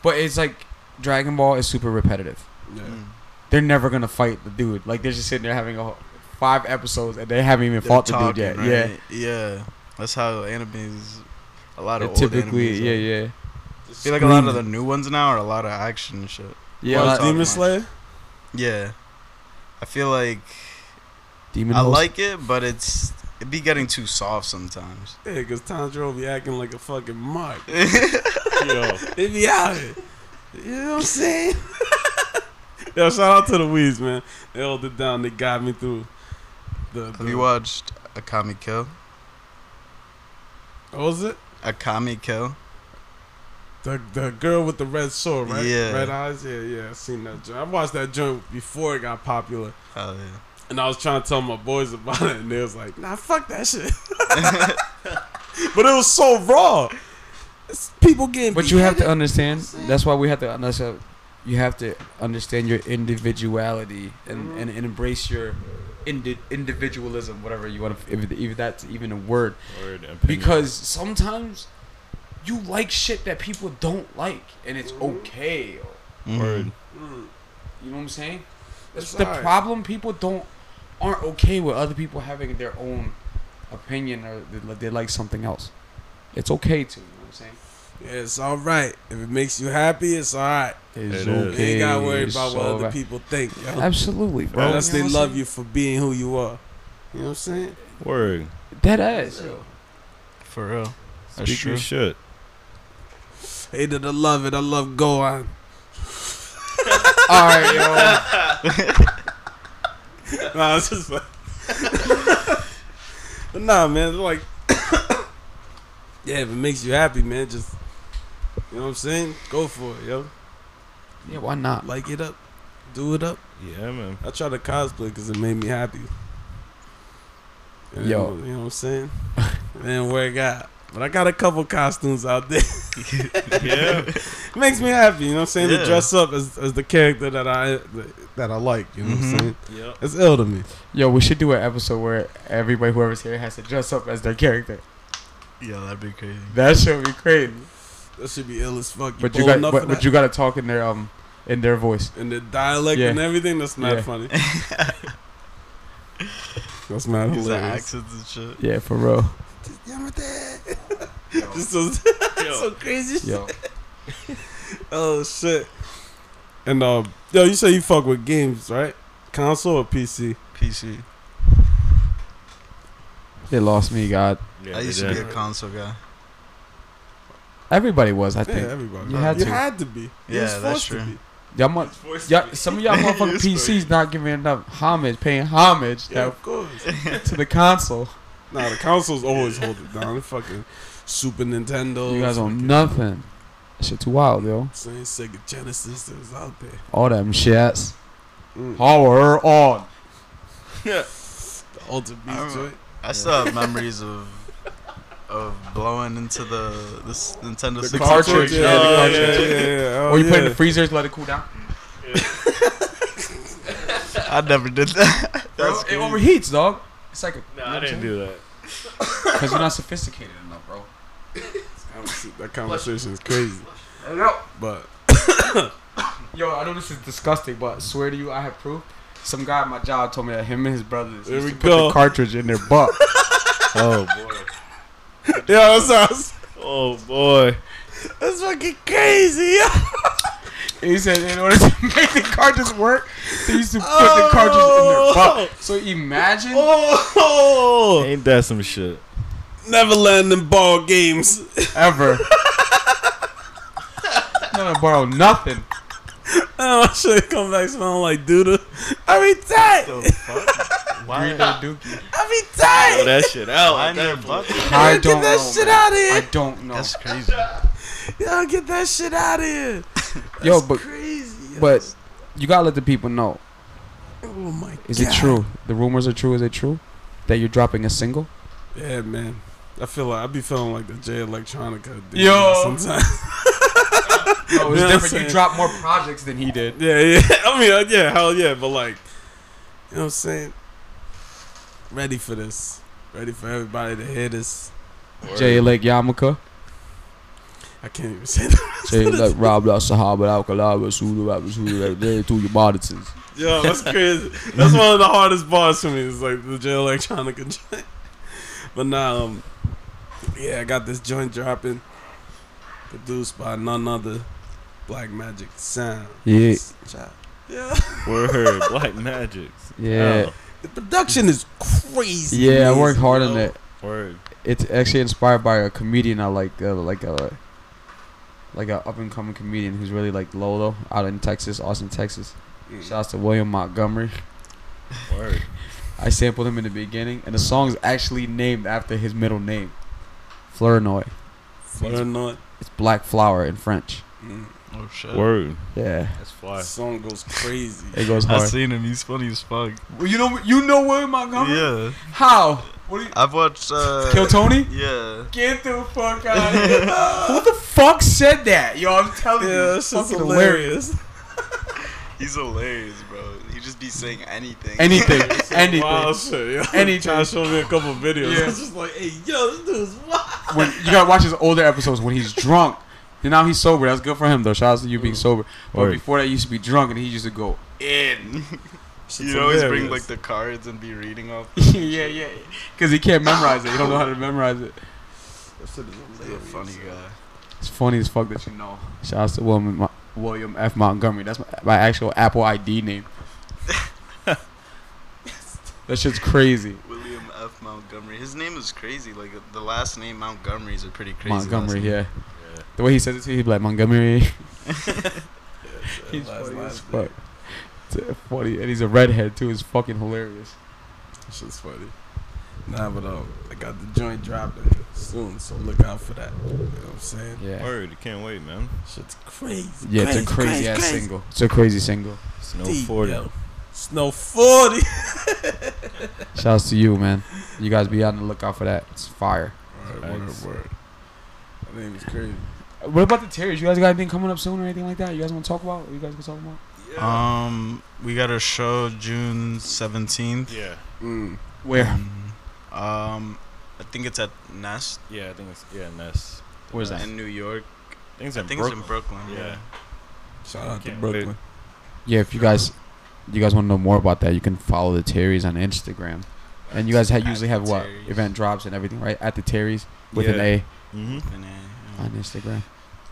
Speaker 2: But it's like Dragon Ball is super repetitive.
Speaker 1: Yeah.
Speaker 4: Mm.
Speaker 2: They're never gonna fight the dude. Like they're just sitting there having a whole- five episodes, and they haven't even
Speaker 4: They're
Speaker 2: fought the dude
Speaker 4: talking,
Speaker 2: yet.
Speaker 4: right?
Speaker 2: Yeah,
Speaker 4: Yeah. That's how animes. A lot
Speaker 2: They're
Speaker 4: of old
Speaker 2: typically,
Speaker 4: animes.
Speaker 2: yeah,
Speaker 4: are.
Speaker 2: yeah,
Speaker 4: I feel like a lot of the new ones now are a lot of action and shit.
Speaker 2: yeah. uh,
Speaker 1: What,
Speaker 2: like-
Speaker 4: talking
Speaker 1: Demon
Speaker 4: much.
Speaker 1: Slayer?
Speaker 4: Yeah. I feel like
Speaker 2: Demon
Speaker 4: I
Speaker 2: Horse.
Speaker 4: like it, but it's it be getting too soft sometimes.
Speaker 1: Yeah, because Tanjiro be acting like a fucking mark.
Speaker 3: Yo,
Speaker 1: They be out here. You know what I'm saying? Yo, shout out to the Weeds, man. They held it down. They got me through. The,
Speaker 4: Have you watched Akami Kill?
Speaker 1: What was it?
Speaker 4: Akami Kill?
Speaker 1: The the girl with the red sword, right?
Speaker 4: Yeah.
Speaker 1: Red eyes. Yeah, yeah. I seen that joint. I watched that joint before it got popular,
Speaker 4: Hell yeah.
Speaker 1: and I was trying to tell my boys about it, and they was like, "Nah, fuck that shit." but it was so raw. It's people getting.
Speaker 2: But you have to
Speaker 1: beheaded.
Speaker 2: understand. That's why we have to understand. you have to understand your individuality and, and, and embrace your indi- individualism, whatever you want to, if, if that's even a word.
Speaker 3: Word, opinion.
Speaker 2: Because sometimes you like shit that people don't like, and it's okay.
Speaker 3: Word.
Speaker 2: You know what I'm saying? That's
Speaker 1: It's
Speaker 2: the
Speaker 1: alright.
Speaker 2: problem. People don't aren't okay with other people having their own opinion or they, li- they like something else. It's okay to. You know what I'm saying?
Speaker 1: Yeah, it's all right. If it makes you happy, it's all right.
Speaker 3: It's
Speaker 1: You
Speaker 3: okay.
Speaker 1: ain't gotta worry
Speaker 2: It's
Speaker 1: about what other
Speaker 2: alright.
Speaker 1: people think, yo.
Speaker 2: Absolutely, bro.
Speaker 1: Unless
Speaker 2: You
Speaker 1: they
Speaker 2: know what I'm
Speaker 1: love
Speaker 2: saying?
Speaker 1: you for being who you are. You know what I'm saying?
Speaker 3: Word.
Speaker 2: Dead ass.
Speaker 4: Mm-hmm. For real.
Speaker 3: Speak
Speaker 2: true.
Speaker 3: your shit.
Speaker 1: Hated to love it. I love Gohan.
Speaker 2: All right, yo.
Speaker 1: nah, it's just like. but nah, man, it's like. yeah, if it makes you happy, man, just. You know what I'm saying? Go for it, yo.
Speaker 2: Yeah, why not?
Speaker 1: Like it up. Do it up.
Speaker 3: Yeah, man.
Speaker 1: I tried to cosplay because it made me happy. And,
Speaker 2: Yo.
Speaker 1: You know what I'm saying? it didn't work out. But I got a couple costumes out there.
Speaker 3: Yeah.
Speaker 1: makes me happy, you know what I'm saying?
Speaker 4: Yeah.
Speaker 1: To dress up as, as the character that I that I like, you know what I'm
Speaker 4: Mhm.
Speaker 1: saying?
Speaker 3: yep.
Speaker 1: It's ill to me.
Speaker 2: Yo, we should do an episode where everybody, whoever's here, has to dress up as their character.
Speaker 4: Yeah, that'd be crazy.
Speaker 2: That should be crazy.
Speaker 1: That should be ill as fuck. You
Speaker 2: But you
Speaker 1: bold
Speaker 2: got,
Speaker 1: enough
Speaker 2: but,
Speaker 1: for
Speaker 2: but
Speaker 1: that?
Speaker 2: you got to talk in their um, in their voice.
Speaker 1: and the dialect
Speaker 2: Yeah.
Speaker 1: and everything. That's not
Speaker 2: Yeah.
Speaker 1: funny. that's not
Speaker 4: These are
Speaker 1: hilarious.
Speaker 4: accents and shit.
Speaker 2: Yeah, for real.
Speaker 1: This is so crazy.
Speaker 2: Yo,
Speaker 1: Oh shit. And uh, yo, you say you fuck with games, right? Console or PC?
Speaker 4: PC.
Speaker 2: they lost me, God.
Speaker 3: Yeah,
Speaker 4: I
Speaker 3: they
Speaker 4: used to
Speaker 3: did.
Speaker 4: be a console guy.
Speaker 2: Everybody was, I
Speaker 1: Yeah,
Speaker 2: think.
Speaker 1: everybody.
Speaker 2: You had
Speaker 1: you
Speaker 2: to.
Speaker 1: had to be. You
Speaker 4: Yeah,
Speaker 1: was
Speaker 4: that's
Speaker 1: forced to
Speaker 4: true.
Speaker 1: be.
Speaker 2: Y'all, mu- y'all, some of y'all motherfucking PCs not giving enough homage, paying homage
Speaker 1: Yeah, of course.
Speaker 2: to, to the console.
Speaker 1: nah, the consoles always hold it down. Fucking Super Nintendo.
Speaker 2: You guys on nothing. That Shit, too wild, yo.
Speaker 1: Same Sega Genesis that was out there.
Speaker 2: All them shits.
Speaker 1: Mm.
Speaker 2: Power on.
Speaker 1: The Ultimate Beast
Speaker 4: I remember-
Speaker 1: joint.
Speaker 4: I still have memories of of blowing into the this Nintendo
Speaker 1: The
Speaker 4: 64.
Speaker 2: cartridge,
Speaker 1: Yeah,
Speaker 2: yeah,
Speaker 1: yeah,
Speaker 2: the
Speaker 1: yeah,
Speaker 2: cartridge.
Speaker 1: yeah, yeah.
Speaker 2: or Oh, you
Speaker 1: Oh, yeah.
Speaker 2: put it in the freezers, let it cool down.
Speaker 4: I never did that.
Speaker 2: Bro, it overheats, dog. It's like a.
Speaker 3: Nah, I didn't do that.
Speaker 2: Because you're not sophisticated enough, bro.
Speaker 1: That conversation is crazy. But
Speaker 2: Yo, I know this is disgusting, but I swear to you, I have proof. Some guy at my job told me that him and his brothers
Speaker 1: There
Speaker 2: used
Speaker 1: we
Speaker 2: to put the
Speaker 1: go.
Speaker 2: cartridge in their butt.
Speaker 3: Oh boy.
Speaker 1: yeah, that's, that's,
Speaker 3: Oh boy.
Speaker 1: that's fucking crazy. yo.
Speaker 2: And he said in order to make the cartridge work, they used to put the
Speaker 1: Oh.
Speaker 2: cartridge in their butt. So imagine.
Speaker 1: Oh,
Speaker 3: Ain't that some shit?
Speaker 1: never letting them ball games.
Speaker 2: ever. Not gonna borrow nothing.
Speaker 1: Oh, I should come back smelling like Duda. I be tight.
Speaker 4: the fuck?
Speaker 2: Green
Speaker 4: Why?
Speaker 2: Day Dookie.
Speaker 1: I be tight.
Speaker 3: Throw that shit out.
Speaker 4: Why
Speaker 3: at
Speaker 4: in your
Speaker 3: that point.
Speaker 4: butt?
Speaker 2: I
Speaker 1: Get
Speaker 2: don't
Speaker 1: that
Speaker 2: know.
Speaker 1: shit
Speaker 2: man.
Speaker 1: outta here.
Speaker 2: I don't know.
Speaker 4: That's crazy.
Speaker 1: Yo, get that shit out of here.
Speaker 2: Yo,
Speaker 1: That's
Speaker 2: but-
Speaker 1: crazy. yo.
Speaker 2: but you gotta let the people know.
Speaker 1: oh my
Speaker 2: Is
Speaker 1: god,
Speaker 2: it true? The rumors are true. Is it true that you're dropping a single?
Speaker 1: Yeah, man. I feel like I be feeling like the J Electronica. Dude
Speaker 2: Yo.
Speaker 1: sometimes.
Speaker 2: No,
Speaker 1: it's Yeah, I'm different. You saying.
Speaker 2: drop more projects than he did.
Speaker 1: Yeah, yeah. I mean, uh, yeah, hell yeah. But like, you know what I'm saying? Ready for this. Ready for everybody to hear this.
Speaker 2: Jay Lake Yamaka.
Speaker 1: I can't even say that.
Speaker 2: Jay Lake Rob La Sahaba Alcalaba Sulu Abasulu Day to your monitors.
Speaker 1: Yo, that's crazy. that's one of the hardest bars for me. It's like the J Electronica joint. But now, um, yeah, I got this joint dropping, produced by none other, Black Magic Sound.
Speaker 2: Yeah.
Speaker 1: Yeah.
Speaker 3: Word. Black magic. Oh.
Speaker 2: Yeah.
Speaker 1: The production is crazy.
Speaker 2: Yeah, I
Speaker 1: amazing,
Speaker 2: worked hard on
Speaker 1: yo.
Speaker 2: it.
Speaker 3: Oh, word.
Speaker 2: it's actually inspired by a comedian I like, uh, like a like a up and coming comedian who's really like Lolo out in Texas, Austin, Texas.
Speaker 1: Mm.
Speaker 2: Shouts to William Montgomery.
Speaker 3: Word.
Speaker 2: I sampled him in the beginning, and the song's actually named after his middle name, Flournoy.
Speaker 1: Flirting on it.
Speaker 2: It's black flower in French.
Speaker 1: Mm.
Speaker 4: Oh shit.
Speaker 3: Word.
Speaker 2: Yeah,
Speaker 3: That's fly.
Speaker 1: Song goes crazy.
Speaker 2: it goes
Speaker 4: I
Speaker 2: hard.
Speaker 4: seen him. He's funny as fuck.
Speaker 2: Well, you know, you know William
Speaker 1: Uh-huh.
Speaker 2: Montgomery.
Speaker 4: Yeah.
Speaker 2: How? What do you
Speaker 4: I've watched. Uh,
Speaker 2: kill Tony?
Speaker 4: Yeah.
Speaker 2: Get the fuck out of here! Who the fuck said that? Yo, I'm telling
Speaker 1: Yeah,
Speaker 2: you,
Speaker 1: that's
Speaker 2: it's fucking
Speaker 1: just
Speaker 2: hilarious.
Speaker 1: hilarious.
Speaker 4: He's hilarious, bro. He just be saying anything.
Speaker 2: Anything, anything.
Speaker 1: Wow, shit, yo.
Speaker 2: Anything.
Speaker 1: Trying to show me a couple videos.
Speaker 2: Yeah.
Speaker 1: I was just like, hey, yo, this dude's wild.
Speaker 2: when you gotta watch his older episodes when he's drunk. And now he's sober. That's good for him though. Shout out to you being sober. But
Speaker 3: Word.
Speaker 2: before that, he used to be drunk and he used to go.
Speaker 4: in.
Speaker 1: Shit's
Speaker 4: You'd always bring
Speaker 1: hilarious.
Speaker 4: like the cards and be reading off. them.
Speaker 2: yeah, yeah, because he can't memorize it. He don't know how to memorize it.
Speaker 1: That shit is
Speaker 4: He's a
Speaker 1: hilarious.
Speaker 4: funny guy.
Speaker 2: It's funny as fuck that you know. Shout out to William, Mo- William F Montgomery. That's my, my actual Apple ID name. that shit's crazy.
Speaker 4: William F. Montgomery. His name is crazy. Like the last name Montgomery is a pretty crazy. last
Speaker 2: Montgomery,
Speaker 4: name.
Speaker 2: yeah. The way he says it to you, he'd be like Montgomery. he's
Speaker 1: Last-
Speaker 2: funny as
Speaker 1: last
Speaker 2: fuck. It's funny, and he's a redhead too. It's fucking hilarious.
Speaker 1: That shit's funny. Nah, but um, I got the joint dropping soon, so look out for that. You know what I'm saying?
Speaker 2: Yeah,
Speaker 3: Word, can't wait, man.
Speaker 1: Shit's crazy.
Speaker 2: yeah, it's a crazy, ass single. It's a crazy single.
Speaker 3: Snow
Speaker 1: Deep,
Speaker 3: 40.
Speaker 1: yo. Snow 40.
Speaker 2: Shouts to you, man. You guys be on the lookout for that. It's fire.
Speaker 1: Alright, word,
Speaker 3: Thanks.
Speaker 1: word. That name is crazy.
Speaker 2: What about the Terriers? You guys got anything coming up soon or anything like that? You guys want to talk about? You guys can talk about?
Speaker 4: Um, we got a show June seventeenth.
Speaker 3: Yeah,
Speaker 1: Mm.
Speaker 2: Where?
Speaker 4: Um, I think it's at Nest
Speaker 3: yeah, I think it's, yeah, Ness.
Speaker 2: Where's that?
Speaker 4: in New York.
Speaker 3: I think it's
Speaker 4: I
Speaker 3: in
Speaker 4: think
Speaker 3: Brooklyn.
Speaker 4: it's in Brooklyn.
Speaker 3: Yeah.
Speaker 4: Yeah.
Speaker 1: Shout out to
Speaker 3: Can't
Speaker 1: Brooklyn.
Speaker 3: wait.
Speaker 2: Yeah, if you guys, you guys want to know more about that, you can follow the Terriers on Instagram. And you guys ha-
Speaker 4: At
Speaker 2: usually
Speaker 4: the
Speaker 2: have what
Speaker 4: Terry's.
Speaker 2: event drops and everything, right? At the Terriers with an
Speaker 3: Yeah.
Speaker 2: A
Speaker 3: Mm-hmm.
Speaker 4: And, uh,
Speaker 2: on Instagram.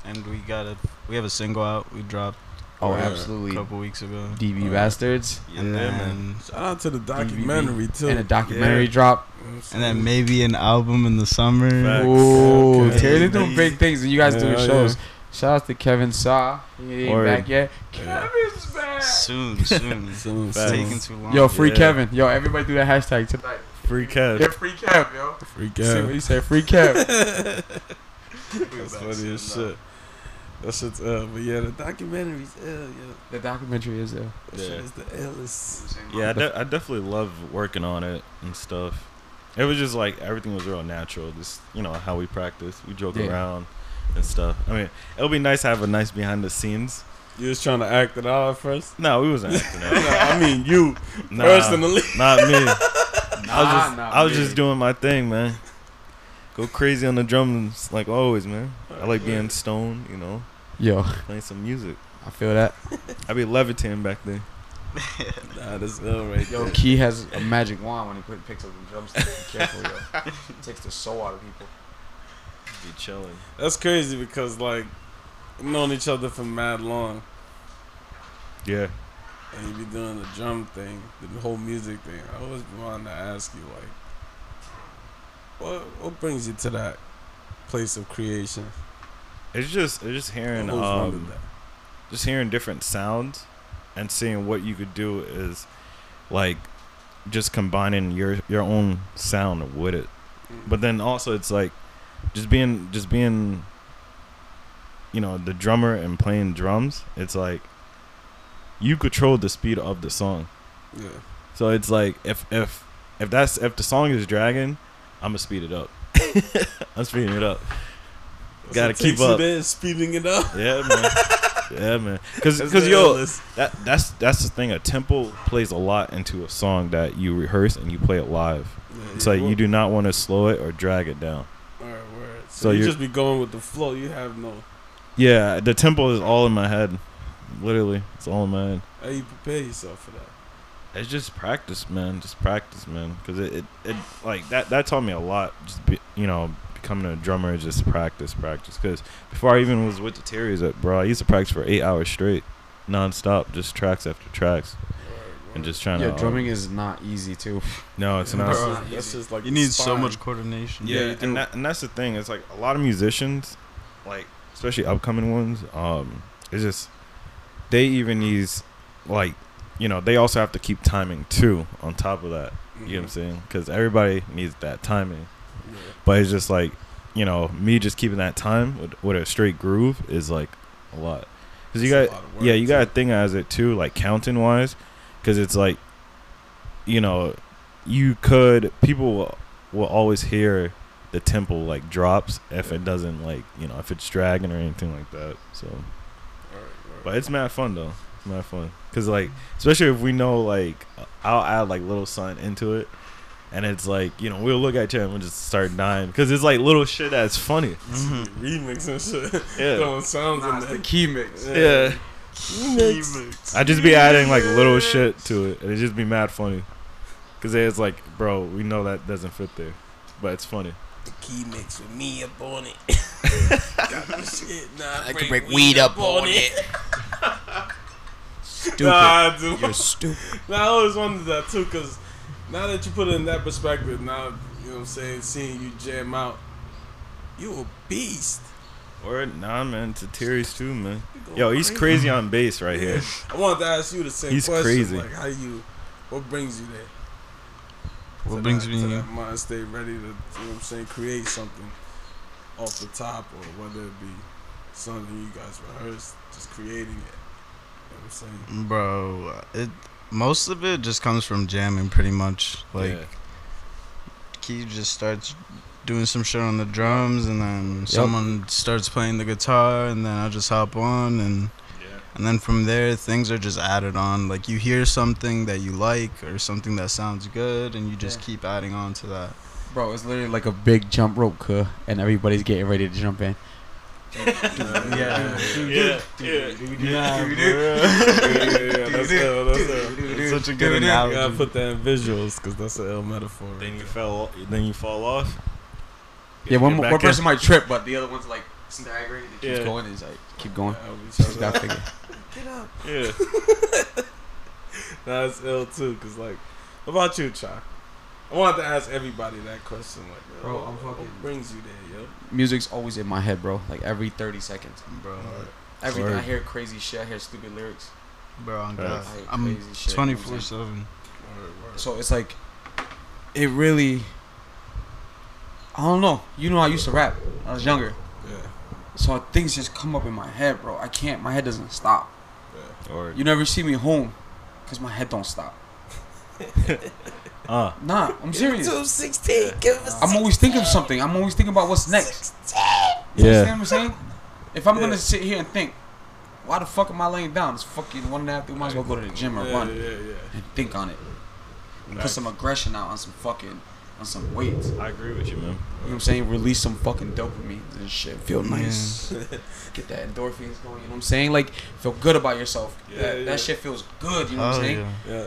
Speaker 4: and we got a we have a single out. We dropped
Speaker 2: Oh,
Speaker 1: Yeah.
Speaker 4: a
Speaker 2: absolutely.
Speaker 4: couple weeks ago.
Speaker 2: DB bastards
Speaker 3: Yeah,
Speaker 4: and
Speaker 3: man.
Speaker 4: then
Speaker 1: Shout out to the documentary, too.
Speaker 2: and a documentary drop.
Speaker 1: You know what I'm
Speaker 4: and
Speaker 1: saying?
Speaker 4: then maybe an album in the summer.
Speaker 3: Facts.
Speaker 2: Ooh,
Speaker 1: Okay.
Speaker 2: Terry's doing big things, and you guys
Speaker 1: Yeah,
Speaker 2: doing
Speaker 1: yeah.
Speaker 2: shows. Shout out to Kevin Saw. He ain't
Speaker 3: Word.
Speaker 2: back yet.
Speaker 1: Yeah.
Speaker 2: Kevin's back.
Speaker 4: Soon, soon. it's
Speaker 1: Soon,
Speaker 3: Facts.
Speaker 1: soon.
Speaker 4: taking too long.
Speaker 2: Yo, free
Speaker 3: Yeah.
Speaker 2: Kevin. Yo, everybody do that hashtag tonight.
Speaker 3: Mm-hmm. Free
Speaker 2: Yeah,
Speaker 3: Kev.
Speaker 2: free Kev, yo.
Speaker 1: Freak
Speaker 2: See
Speaker 1: out.
Speaker 2: what he said, free Kev.
Speaker 1: That's funny as shit. That shit's uh, but yeah, the documentary's ill, yo.
Speaker 2: the documentary is uh, there.
Speaker 1: That
Speaker 3: Yeah.
Speaker 1: shit is the illest.
Speaker 3: Yeah, I, de- I definitely love working on it and stuff. It was just like everything was real natural. Just you know how we practice, we joke
Speaker 2: Yeah.
Speaker 3: around and stuff. I mean, it'll be nice to have a nice behind the scenes.
Speaker 1: You was trying to act it out at first?
Speaker 3: No, we wasn't acting
Speaker 1: No,
Speaker 3: out.
Speaker 1: I mean, you
Speaker 3: Nah,
Speaker 1: personally.
Speaker 3: not me. I was
Speaker 2: Nah,
Speaker 3: just
Speaker 2: nah,
Speaker 3: I was
Speaker 2: me.
Speaker 3: just doing my thing, man. Go crazy on the drums like always, man. I like being stoned, you know,
Speaker 2: Yo,
Speaker 3: playing some music.
Speaker 2: I feel that.
Speaker 3: I be levitating back then.
Speaker 1: Nah, that's ill right
Speaker 2: Yo,
Speaker 1: there.
Speaker 2: Key has a magic wand when he put, picks up the drumsticks. Be careful, yo. He takes the soul out of people.
Speaker 3: Be chilling.
Speaker 1: That's crazy because like we've known each other for mad long,
Speaker 3: Yeah.
Speaker 1: and you be doing the drum thing, the whole music thing. I always been wanting to ask you like, what what brings you to that place of creation?
Speaker 3: It's just it's just hearing
Speaker 1: I've always
Speaker 3: um,
Speaker 1: wondered that.
Speaker 3: just hearing different sounds and seeing what you could do is like just combining your your own sound with it but then also it's like just being just being you know the drummer and playing drums it's like you control the speed of the song
Speaker 1: yeah,
Speaker 3: so it's like if if if that's if the song is dragging i'm gonna speed it up i'm speeding it up
Speaker 1: That's
Speaker 3: Gotta
Speaker 1: what takes
Speaker 3: keep
Speaker 1: you
Speaker 3: up.
Speaker 1: there, speeding it up.
Speaker 3: yeah man yeah man because
Speaker 1: That's
Speaker 3: because
Speaker 1: the
Speaker 3: yo
Speaker 1: illest.
Speaker 3: that that's that's the thing. A tempo plays a lot into a song that you rehearse and you play it live.
Speaker 1: Yeah,
Speaker 3: It's
Speaker 1: yeah,
Speaker 3: like
Speaker 1: well,
Speaker 3: you do not want to slow it or drag it down.
Speaker 1: Word, word. So,
Speaker 3: So
Speaker 1: you
Speaker 3: you're-
Speaker 1: just be going with the flow. You have no.
Speaker 3: Yeah, the tempo is all in my head. Literally, it's all in my head.
Speaker 1: How you prepare yourself for that?
Speaker 3: It's just practice, man. Just practice, man. Because it, it, it like that that taught me a lot. Just be, you know, becoming a drummer is just practice, practice. Because before I even was with the Terriers, uh, bro, I used to practice for eight hours straight, nonstop, just tracks after tracks,
Speaker 1: Word,
Speaker 3: and
Speaker 1: word.
Speaker 3: just trying
Speaker 2: Yo,
Speaker 3: to. uh,
Speaker 2: drumming is not easy, too.
Speaker 3: no, it's
Speaker 1: Bro,
Speaker 3: not.
Speaker 2: It's not
Speaker 1: that's
Speaker 2: easy.
Speaker 1: just like
Speaker 4: You
Speaker 1: the
Speaker 4: need so
Speaker 1: spine.
Speaker 4: much coordination.
Speaker 3: Yeah,
Speaker 1: you do.
Speaker 3: and that, and that's the thing. It's like a lot of musicians, like especially upcoming ones. Um, it's just they even these like you know they also have to keep timing too. On top of that,
Speaker 1: Mm-hmm.
Speaker 3: you know what I'm saying? Because everybody needs that timing.
Speaker 1: Yeah.
Speaker 3: But it's just like you know me just keeping that time with, with a straight groove is like a lot. Cause you
Speaker 1: It's
Speaker 3: got
Speaker 1: a lot of
Speaker 3: yeah
Speaker 1: work,
Speaker 3: you got to think as it too like counting wise, because it's like you know you could people will, will always hear the tempo like drops if it doesn't like you know if it's dragging or anything like that. So
Speaker 1: Word, word.
Speaker 3: but it's mad fun though. Mad fun. Cause like, especially if we know like, I'll add like little son into it, and it's like you know we'll look at each other and we'll just start dying because it's like little shit that's funny.
Speaker 1: Mm-hmm. Remix and shit.
Speaker 3: Yeah.
Speaker 1: Throwing sounds
Speaker 2: Nah,
Speaker 1: in
Speaker 2: it's
Speaker 1: there.
Speaker 2: the key mix.
Speaker 3: Yeah, I just be adding like little shit to it, and it just be mad funny. Cause it's like, bro, we know that doesn't fit there, but it's funny.
Speaker 1: The key mix with me up on it. Got my shit. Nah,
Speaker 5: I can break weed up on it.
Speaker 2: Stupid.
Speaker 1: Nah, dude.
Speaker 2: You're stupid.
Speaker 1: Now I always wondered that too, cause now that you put it in that perspective, now you know what I'm saying, seeing you jam out, you a beast.
Speaker 3: Or nah, man, to Terry's too, man.
Speaker 1: You go
Speaker 3: Yo, he's crazy on bass right here.
Speaker 1: I wanted to ask you the same
Speaker 3: He's
Speaker 1: question.
Speaker 3: crazy.
Speaker 1: Like, how you, what brings you there?
Speaker 4: What
Speaker 1: To
Speaker 4: brings
Speaker 1: that,
Speaker 4: me
Speaker 1: to
Speaker 4: here?
Speaker 1: that mind state, ready to, you know what I'm saying, create something off the top, or whether it be something you guys rehearsed, just creating it. You know what I'm saying?
Speaker 4: Bro, it most of it just comes from jamming, pretty much. Like
Speaker 3: yeah.
Speaker 4: he just starts doing some shit on the drums, and then someone starts playing the guitar, and then I just hop on, and and then from there things are just added on. Like you hear something that you like or something that sounds good, and you just
Speaker 2: Yeah.
Speaker 4: keep adding on to that.
Speaker 2: Bro, it's literally like a big jump rope, cuh, and everybody's getting ready to jump in.
Speaker 4: Yeah.
Speaker 3: Yeah.
Speaker 2: Yeah,
Speaker 1: yeah, yeah, that's it. That's it.
Speaker 4: It's such a good analogy.
Speaker 1: You gotta put that in visuals because that's an L metaphor.
Speaker 3: Then you fell. Then you fall off.
Speaker 2: Yeah, one,
Speaker 3: Get
Speaker 2: mo-
Speaker 3: back
Speaker 2: one
Speaker 3: in.
Speaker 2: person might trip, but the other one's like staggering. And keeps
Speaker 3: Yeah.
Speaker 2: going. He's like, keep going. Just
Speaker 1: That's
Speaker 2: gotta figure.
Speaker 3: Yeah.
Speaker 1: L too, cause like, what about you, Chai? I wanted to ask everybody that question. Like,
Speaker 2: Bro,
Speaker 1: yo,
Speaker 2: I'm
Speaker 1: what
Speaker 2: fucking-
Speaker 1: brings you there, yo?
Speaker 2: Music's always in my head, bro. Like every 30 seconds.
Speaker 4: bro.
Speaker 2: Every
Speaker 3: Word.
Speaker 2: I hear crazy shit. I hear stupid lyrics.
Speaker 4: Bro, I'm,
Speaker 3: Yeah.
Speaker 4: God.
Speaker 2: I hear
Speaker 4: I'm
Speaker 2: crazy shit.
Speaker 4: 24 seven.
Speaker 2: So it's like, it really. I don't know. You know, I used to rap. When I was younger,
Speaker 1: Yeah,
Speaker 2: so things just come up in my head, bro. I can't. My head doesn't stop.
Speaker 3: Or
Speaker 2: You never see me home, cause my head don't stop.
Speaker 3: uh,
Speaker 2: Nah, I'm serious.
Speaker 5: Two sixteen, give us.
Speaker 2: I'm always thinking of something. I'm always thinking about what's next. You
Speaker 3: Yeah.
Speaker 2: understand what I'm saying? If I'm
Speaker 1: Yeah.
Speaker 2: gonna sit here and think, why the fuck am I laying down? It's fucking one and a half. We might as well go to the gym or
Speaker 1: yeah,
Speaker 2: run
Speaker 1: yeah, yeah.
Speaker 2: and think on it. And put some aggression out on some fucking on some weights. You know
Speaker 3: I agree with you, man.
Speaker 2: what I'm saying? Release some fucking dopamine and shit. Feel nice. Get that endorphins going. You know what I'm saying? Like feel good about yourself.
Speaker 1: Yeah,
Speaker 2: that,
Speaker 1: yeah.
Speaker 2: that shit feels good. You know what
Speaker 4: Oh,
Speaker 2: I'm saying?
Speaker 4: yeah.
Speaker 1: Yeah,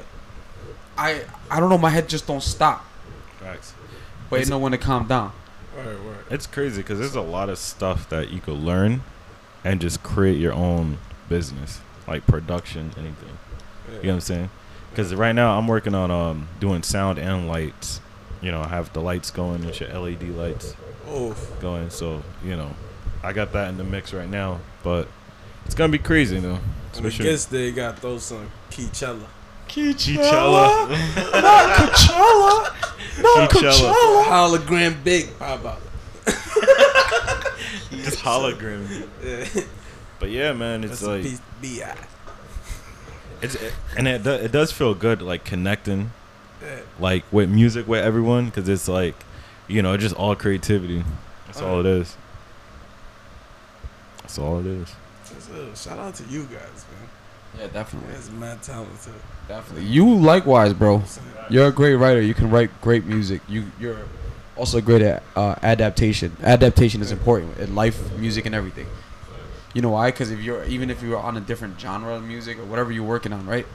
Speaker 2: I I don't know. My head just don't stop.
Speaker 3: Facts.
Speaker 2: But you know when to calm down.
Speaker 1: word, word.
Speaker 3: It's crazy because there's a lot of stuff that you could learn, and just create your own business, like production, anything.
Speaker 1: Yeah.
Speaker 3: You know what I'm saying? Because right now I'm working on um doing sound and lights. You know, I have the lights going and shit, LED lights
Speaker 1: Oh,
Speaker 3: going. So you know, I got that in the mix right now. But it's gonna be crazy though.
Speaker 1: when it
Speaker 3: Especially
Speaker 1: gets there, you gotta throw some Keychella.
Speaker 3: Chichella.
Speaker 5: No,
Speaker 3: Coachella.
Speaker 1: Hologram big pop out.
Speaker 3: Just hologram.
Speaker 1: Yeah,
Speaker 3: But yeah, man, it's
Speaker 1: that's a
Speaker 3: like
Speaker 1: piece bi.
Speaker 3: it's it, and it do, it does feel good like connecting
Speaker 1: Yeah.
Speaker 3: like with music with everyone because it's like you know just all creativity. That's all it is. That's all it is.
Speaker 1: That's it. Shout out to you guys, man.
Speaker 2: Yeah, definitely.
Speaker 1: That's mad talented.
Speaker 2: Definitely. You likewise, bro. You're a great writer. You can write great music. You you're also great at uh, adaptation. Adaptation is important in life, music, and everything. You know why? Because if you're even if you're on a different genre of music or whatever you're working on, right?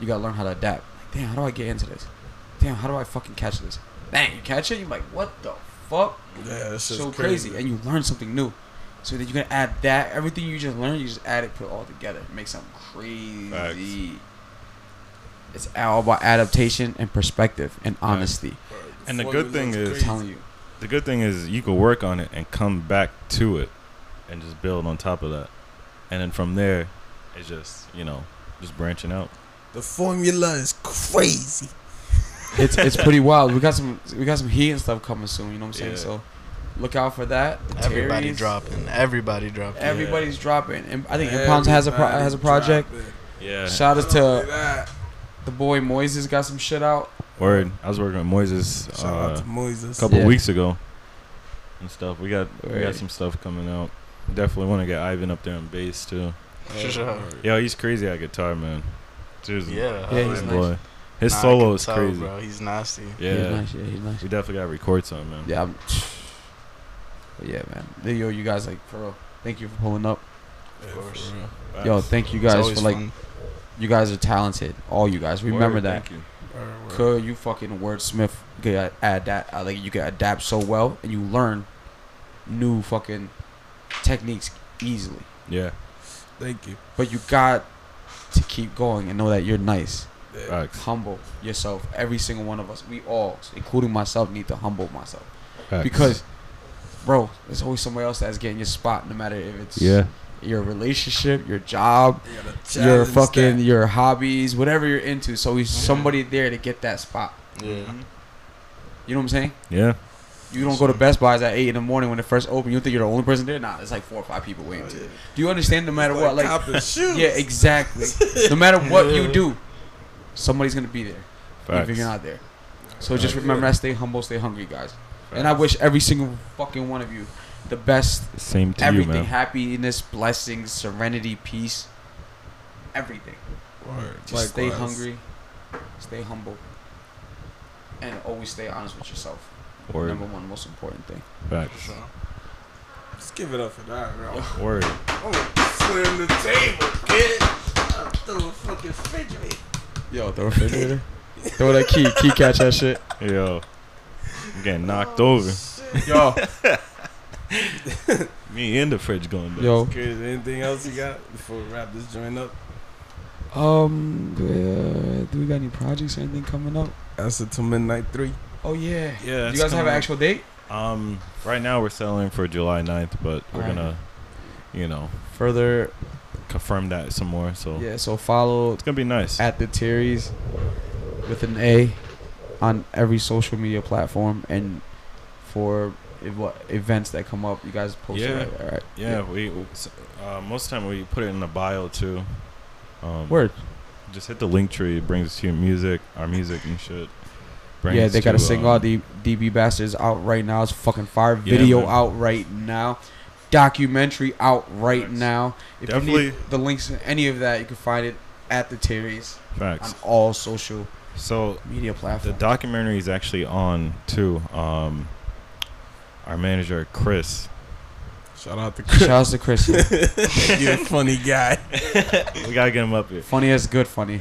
Speaker 2: You gotta learn how to adapt. Like, damn, how do I get into this? Damn, how do I fucking catch this? Bang, you catch it. You're like, what the fuck?
Speaker 1: Yeah, that's just
Speaker 2: so crazy. and you learn something new. So then you can add that everything you just learned, you just add it, put it all together, make something crazy.
Speaker 3: Facts.
Speaker 2: It's all about adaptation and perspective and honesty.
Speaker 3: And the good thing
Speaker 1: Formula's
Speaker 3: is-
Speaker 2: I'm
Speaker 1: crazy.
Speaker 2: telling you,
Speaker 3: The good thing is you can work on it and come back to it and just build on top of that. And then from there, it's just, you know, just branching out.
Speaker 1: the formula is crazy.
Speaker 2: it's it's pretty wild. We got some we got some heat and stuff coming soon. You know what I'm saying?
Speaker 3: Yeah.
Speaker 2: So look out for that.
Speaker 4: Everybody
Speaker 2: Terry's,
Speaker 4: dropping. Everybody dropping.
Speaker 2: Everybody's dropping, and I think Impounds has a pro-
Speaker 1: Everybody
Speaker 2: has a project.
Speaker 1: dropping.
Speaker 3: Yeah.
Speaker 2: Shout out
Speaker 1: Look at
Speaker 2: to
Speaker 1: that.
Speaker 2: the boy Moises got some shit out.
Speaker 3: Word. I was working with Moises
Speaker 1: Shout out
Speaker 3: uh,
Speaker 1: to Moises.
Speaker 3: a couple
Speaker 2: Yeah.
Speaker 3: weeks ago and stuff. We got we got
Speaker 2: Word.
Speaker 3: some stuff coming out. Definitely want to get Ivan up there on bass too.
Speaker 4: For sure.
Speaker 3: Yo, he's crazy at guitar, man. Seriously.
Speaker 4: Yeah.
Speaker 2: Yeah,
Speaker 4: I
Speaker 2: he's
Speaker 4: mean,
Speaker 2: nice.
Speaker 3: boy. His
Speaker 4: nah, I
Speaker 3: solo
Speaker 4: can
Speaker 3: is
Speaker 4: tell,
Speaker 3: crazy.
Speaker 4: Bro. He's nasty.
Speaker 3: Yeah.
Speaker 2: He's nice. Yeah, he's nice.
Speaker 3: We definitely gotta record something, man.
Speaker 2: Yeah. I'm, but yeah, man. Yo, you guys like for real. Thank you for pulling up.
Speaker 4: Of course.
Speaker 3: Facts.
Speaker 2: Yo, thank you
Speaker 4: It's
Speaker 2: guys
Speaker 4: always
Speaker 2: for like.
Speaker 4: fun.
Speaker 2: You guys are talented. All you guys. Remember
Speaker 3: Word,
Speaker 2: that.
Speaker 3: Thank you.
Speaker 2: Could you fucking wordsmith? You could ad- adapt. uh, Like you can adapt so well, and you learn new fucking techniques easily.
Speaker 3: Yeah.
Speaker 1: Thank you.
Speaker 2: But you got to keep going and know that you're nice.
Speaker 3: Facts.
Speaker 2: Humble yourself. Every single one of us. We all, including myself, need to humble myself
Speaker 3: Facts.
Speaker 2: because, bro, there's always somebody else that's getting your spot, no matter if it's
Speaker 3: Yeah.
Speaker 2: your relationship, your job,
Speaker 1: You gotta
Speaker 2: your
Speaker 1: challenge
Speaker 2: fucking
Speaker 1: that.
Speaker 2: your hobbies, whatever you're into. So he's somebody there to get that spot.
Speaker 4: Yeah.
Speaker 2: You know what I'm saying?
Speaker 3: Yeah.
Speaker 2: You don't go to Best Buys at eight in the morning when it first opened. You think you're the only person there? Nah, it's like four or five people
Speaker 3: Oh,
Speaker 2: waiting. to. Do you understand? No matter what, like
Speaker 1: cop and shoot.
Speaker 2: yeah, exactly. no matter what you do, somebody's gonna be there.
Speaker 3: Facts.
Speaker 2: If you're not there, so just
Speaker 1: Facts.
Speaker 2: remember that. Stay humble, stay hungry, guys. And I wish every single fucking one of you the best.
Speaker 3: Same to
Speaker 2: everything,
Speaker 3: you, man.
Speaker 2: happiness, blessings, serenity, peace, everything.
Speaker 1: Word.
Speaker 2: Just stay
Speaker 1: Likewise.
Speaker 2: hungry, stay humble, and always stay honest with yourself.
Speaker 3: Word.
Speaker 2: Number one, most important thing.
Speaker 4: For
Speaker 3: Facts.
Speaker 4: sure.
Speaker 1: Let's give it up for that, bro.
Speaker 3: Word.
Speaker 1: I'm gonna slam the table, kid. I threw a fucking refrigerator.
Speaker 2: Yo, throw a refrigerator. throw that key. Key catch that shit.
Speaker 3: Yo. I'm getting knocked over.
Speaker 1: Shit.
Speaker 2: Yo,
Speaker 3: Me and the fridge going down.
Speaker 2: yo.
Speaker 1: Crazy. Anything else you got before we wrap this joint up?
Speaker 2: Um, do we got any projects or anything coming up?
Speaker 1: Answer to midnight three.
Speaker 2: Oh yeah. Do
Speaker 3: Yeah. it's
Speaker 2: you guys have
Speaker 3: coming
Speaker 2: an
Speaker 3: up.
Speaker 2: actual date?
Speaker 3: Um, right now we're selling for July 9th, but we're
Speaker 2: Alright.
Speaker 3: gonna, you know,
Speaker 2: Further,
Speaker 3: confirm that some more. So
Speaker 2: yeah. So follow
Speaker 3: it's gonna be nice.
Speaker 2: at the Terry's with an A on every social media platform and for ev- what events that come up, you guys post
Speaker 3: Yeah.
Speaker 2: it right, right, right.
Speaker 3: yeah, we s- uh, most of the time we put it in the bio too. Um,
Speaker 2: Word.
Speaker 3: Just hit the link tree. It brings us to your music, our music and shit.
Speaker 2: yeah,
Speaker 3: Brings
Speaker 2: they got a
Speaker 3: to,
Speaker 2: single out.
Speaker 3: um,
Speaker 2: The DB Bastards out right now. It's fucking fire.
Speaker 3: Yeah,
Speaker 2: Video
Speaker 3: man.
Speaker 2: out right now. Documentary out right
Speaker 3: Facts.
Speaker 2: now. If you need
Speaker 3: Definitely.
Speaker 2: the links to any of that, you can find it at the Terry's on
Speaker 3: facts.
Speaker 2: all social
Speaker 3: So
Speaker 2: media
Speaker 3: the
Speaker 2: platforms.
Speaker 3: documentary is actually on too. Um, our manager Chris.
Speaker 1: Shout out to
Speaker 2: Shout
Speaker 1: Chris.
Speaker 2: out to Christian.
Speaker 1: You're a funny guy.
Speaker 3: We gotta get him up here.
Speaker 2: Funny as good funny.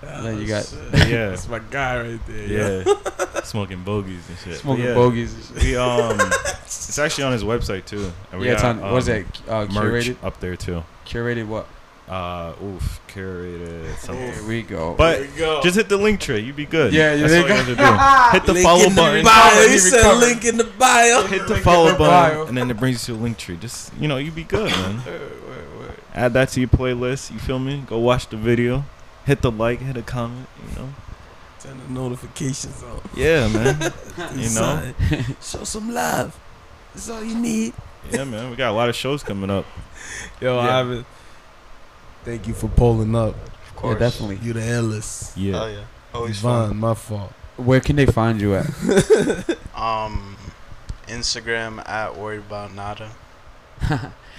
Speaker 2: Then you got
Speaker 3: Yeah,
Speaker 1: That's my guy right there. yo.
Speaker 3: yeah. Smoking bogeys and shit. But
Speaker 2: smoking
Speaker 3: yeah.
Speaker 2: bogeys. and shit.
Speaker 3: We um, it's actually on his website too. And we
Speaker 2: yeah, it's
Speaker 3: got,
Speaker 2: on. what is
Speaker 3: um,
Speaker 2: it? Uh,
Speaker 3: merch
Speaker 2: curated.
Speaker 3: up there too.
Speaker 2: Curated what?
Speaker 3: Uh, oof, curated something.
Speaker 2: Here we go.
Speaker 3: But
Speaker 1: we go.
Speaker 3: just hit the link tree, you'd be good.
Speaker 2: Yeah, yeah,
Speaker 3: that's
Speaker 2: there
Speaker 3: all you have
Speaker 2: you
Speaker 3: to do. Hit the
Speaker 1: Link
Speaker 3: follow
Speaker 1: in the
Speaker 3: button.
Speaker 1: Bio.
Speaker 2: Recovery,
Speaker 1: He said
Speaker 2: recovery.
Speaker 1: link in the bio.
Speaker 3: Hit the
Speaker 2: Link in
Speaker 3: follow
Speaker 2: the bio.
Speaker 3: button, and then it brings you to the link tree. Just you know, you'd be good, man. Add that to your playlist. You feel me? Go watch the video. Hit the like. Hit a comment. You know.
Speaker 1: Turn the notifications on.
Speaker 3: Yeah, man. you know.
Speaker 1: Son, show some love. That's all you need.
Speaker 3: Yeah, man. We got a lot of shows coming up.
Speaker 1: Yo,
Speaker 2: Yeah.
Speaker 1: Ivan. Thank you for pulling up.
Speaker 4: Of
Speaker 2: yeah,
Speaker 4: course.
Speaker 2: definitely.
Speaker 1: You the illest.
Speaker 3: Yeah.
Speaker 4: Oh yeah. Always fun.
Speaker 1: Vaughn, my fault.
Speaker 2: Where can they find you at?
Speaker 4: Um, Instagram at worried about nada.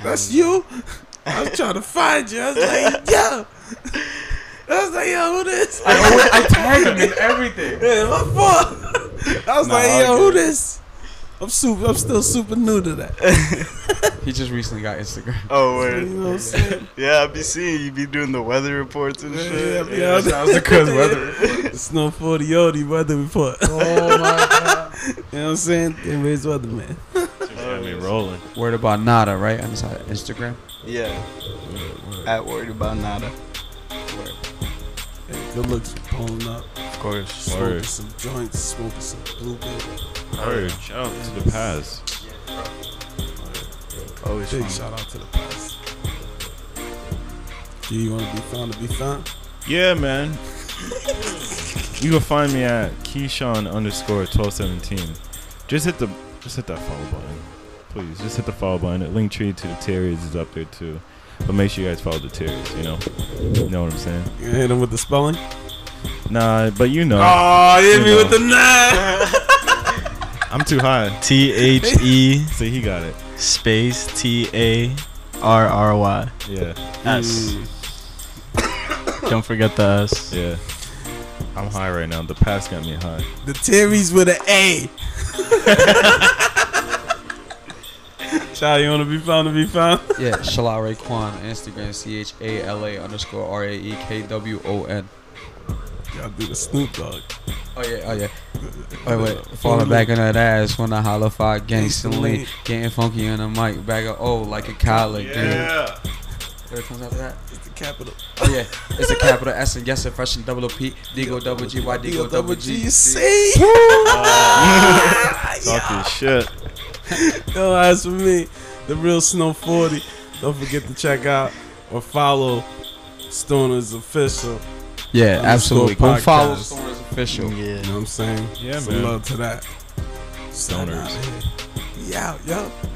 Speaker 1: That's
Speaker 4: Um,
Speaker 1: you. I was trying to find you. I was like, yo. I was like, yo, who this?
Speaker 2: I always I tag him in everything.
Speaker 1: Yeah, my fault. I was
Speaker 4: Nah,
Speaker 1: like,
Speaker 4: all
Speaker 1: yo, who
Speaker 4: good.
Speaker 1: this? I'm super. I'm still super new to that.
Speaker 2: He just recently got Instagram.
Speaker 1: You know
Speaker 4: Oh word.
Speaker 1: what I'm saying?
Speaker 4: Yeah, I be seeing you be doing the weather reports and
Speaker 1: Yeah,
Speaker 4: shit.
Speaker 1: yeah, yeah.
Speaker 2: Sounds like good weather.
Speaker 1: It's no 40 oldie weather report. you
Speaker 2: Oh my
Speaker 1: know what I'm saying? Anyways, weather man.
Speaker 3: I mean, rolling.
Speaker 2: god. Word about nada, right? On his Instagram.
Speaker 4: Yeah. At worried about nada.
Speaker 1: Hey, good looks pulling up.
Speaker 4: Of course.
Speaker 1: Smoking
Speaker 3: Word.
Speaker 1: some joints. Smoking some blueberry.
Speaker 3: Word. Shout out to the past.
Speaker 4: Always
Speaker 1: Big
Speaker 4: fun.
Speaker 1: shout out to the past. Do you want to be found to be found?
Speaker 3: Yeah, man. you can find me at Keyshawn underscore twelve seventeen. Just hit the just hit that follow button. Please, just hit the follow button. That link tree to the Terriers is up there too. But make sure you guys follow the Terriers, you know? You know what I'm saying?
Speaker 1: You gonna hit him with the spelling?
Speaker 3: Nah, but you know.
Speaker 1: Oh, you hit
Speaker 3: You
Speaker 1: me
Speaker 3: know.
Speaker 1: with the nine.
Speaker 3: I'm too high.
Speaker 4: T H E
Speaker 3: See, he got it.
Speaker 4: space T A R R Y.
Speaker 3: Yeah,
Speaker 4: S. Don't forget the S.
Speaker 3: yeah. I'm high right now. The past got me high.
Speaker 1: The Terry's with an A. Child, you want to be found to be found?
Speaker 2: Yeah, Shalare Kwan, Instagram, C H A L A underscore R A E K W O N.
Speaker 1: Y'all do the Snoop Dogg.
Speaker 2: Oh yeah, oh yeah. Wait, wait. Falling back on that ass when I holla five gangsterly. Getting funky on the mic. Back up, oh, like a collar. Yeah. What comes after that?
Speaker 1: It's the capital.
Speaker 2: Oh yeah. It's a capital S and yes, a fresh and double O P. Digo double G Y Digo double G.
Speaker 1: see?
Speaker 3: Talk your shit.
Speaker 1: Yo, as for me, the real Snow 40. Don't forget to check out or follow Stoner's official.
Speaker 2: Yeah, absolutely. Go
Speaker 1: Podcast.
Speaker 2: follow Stoner's official.
Speaker 1: You know what I'm saying?
Speaker 3: Yeah,
Speaker 1: Some
Speaker 3: man.
Speaker 1: love to that.
Speaker 3: Stoners.
Speaker 1: Yeah, yo.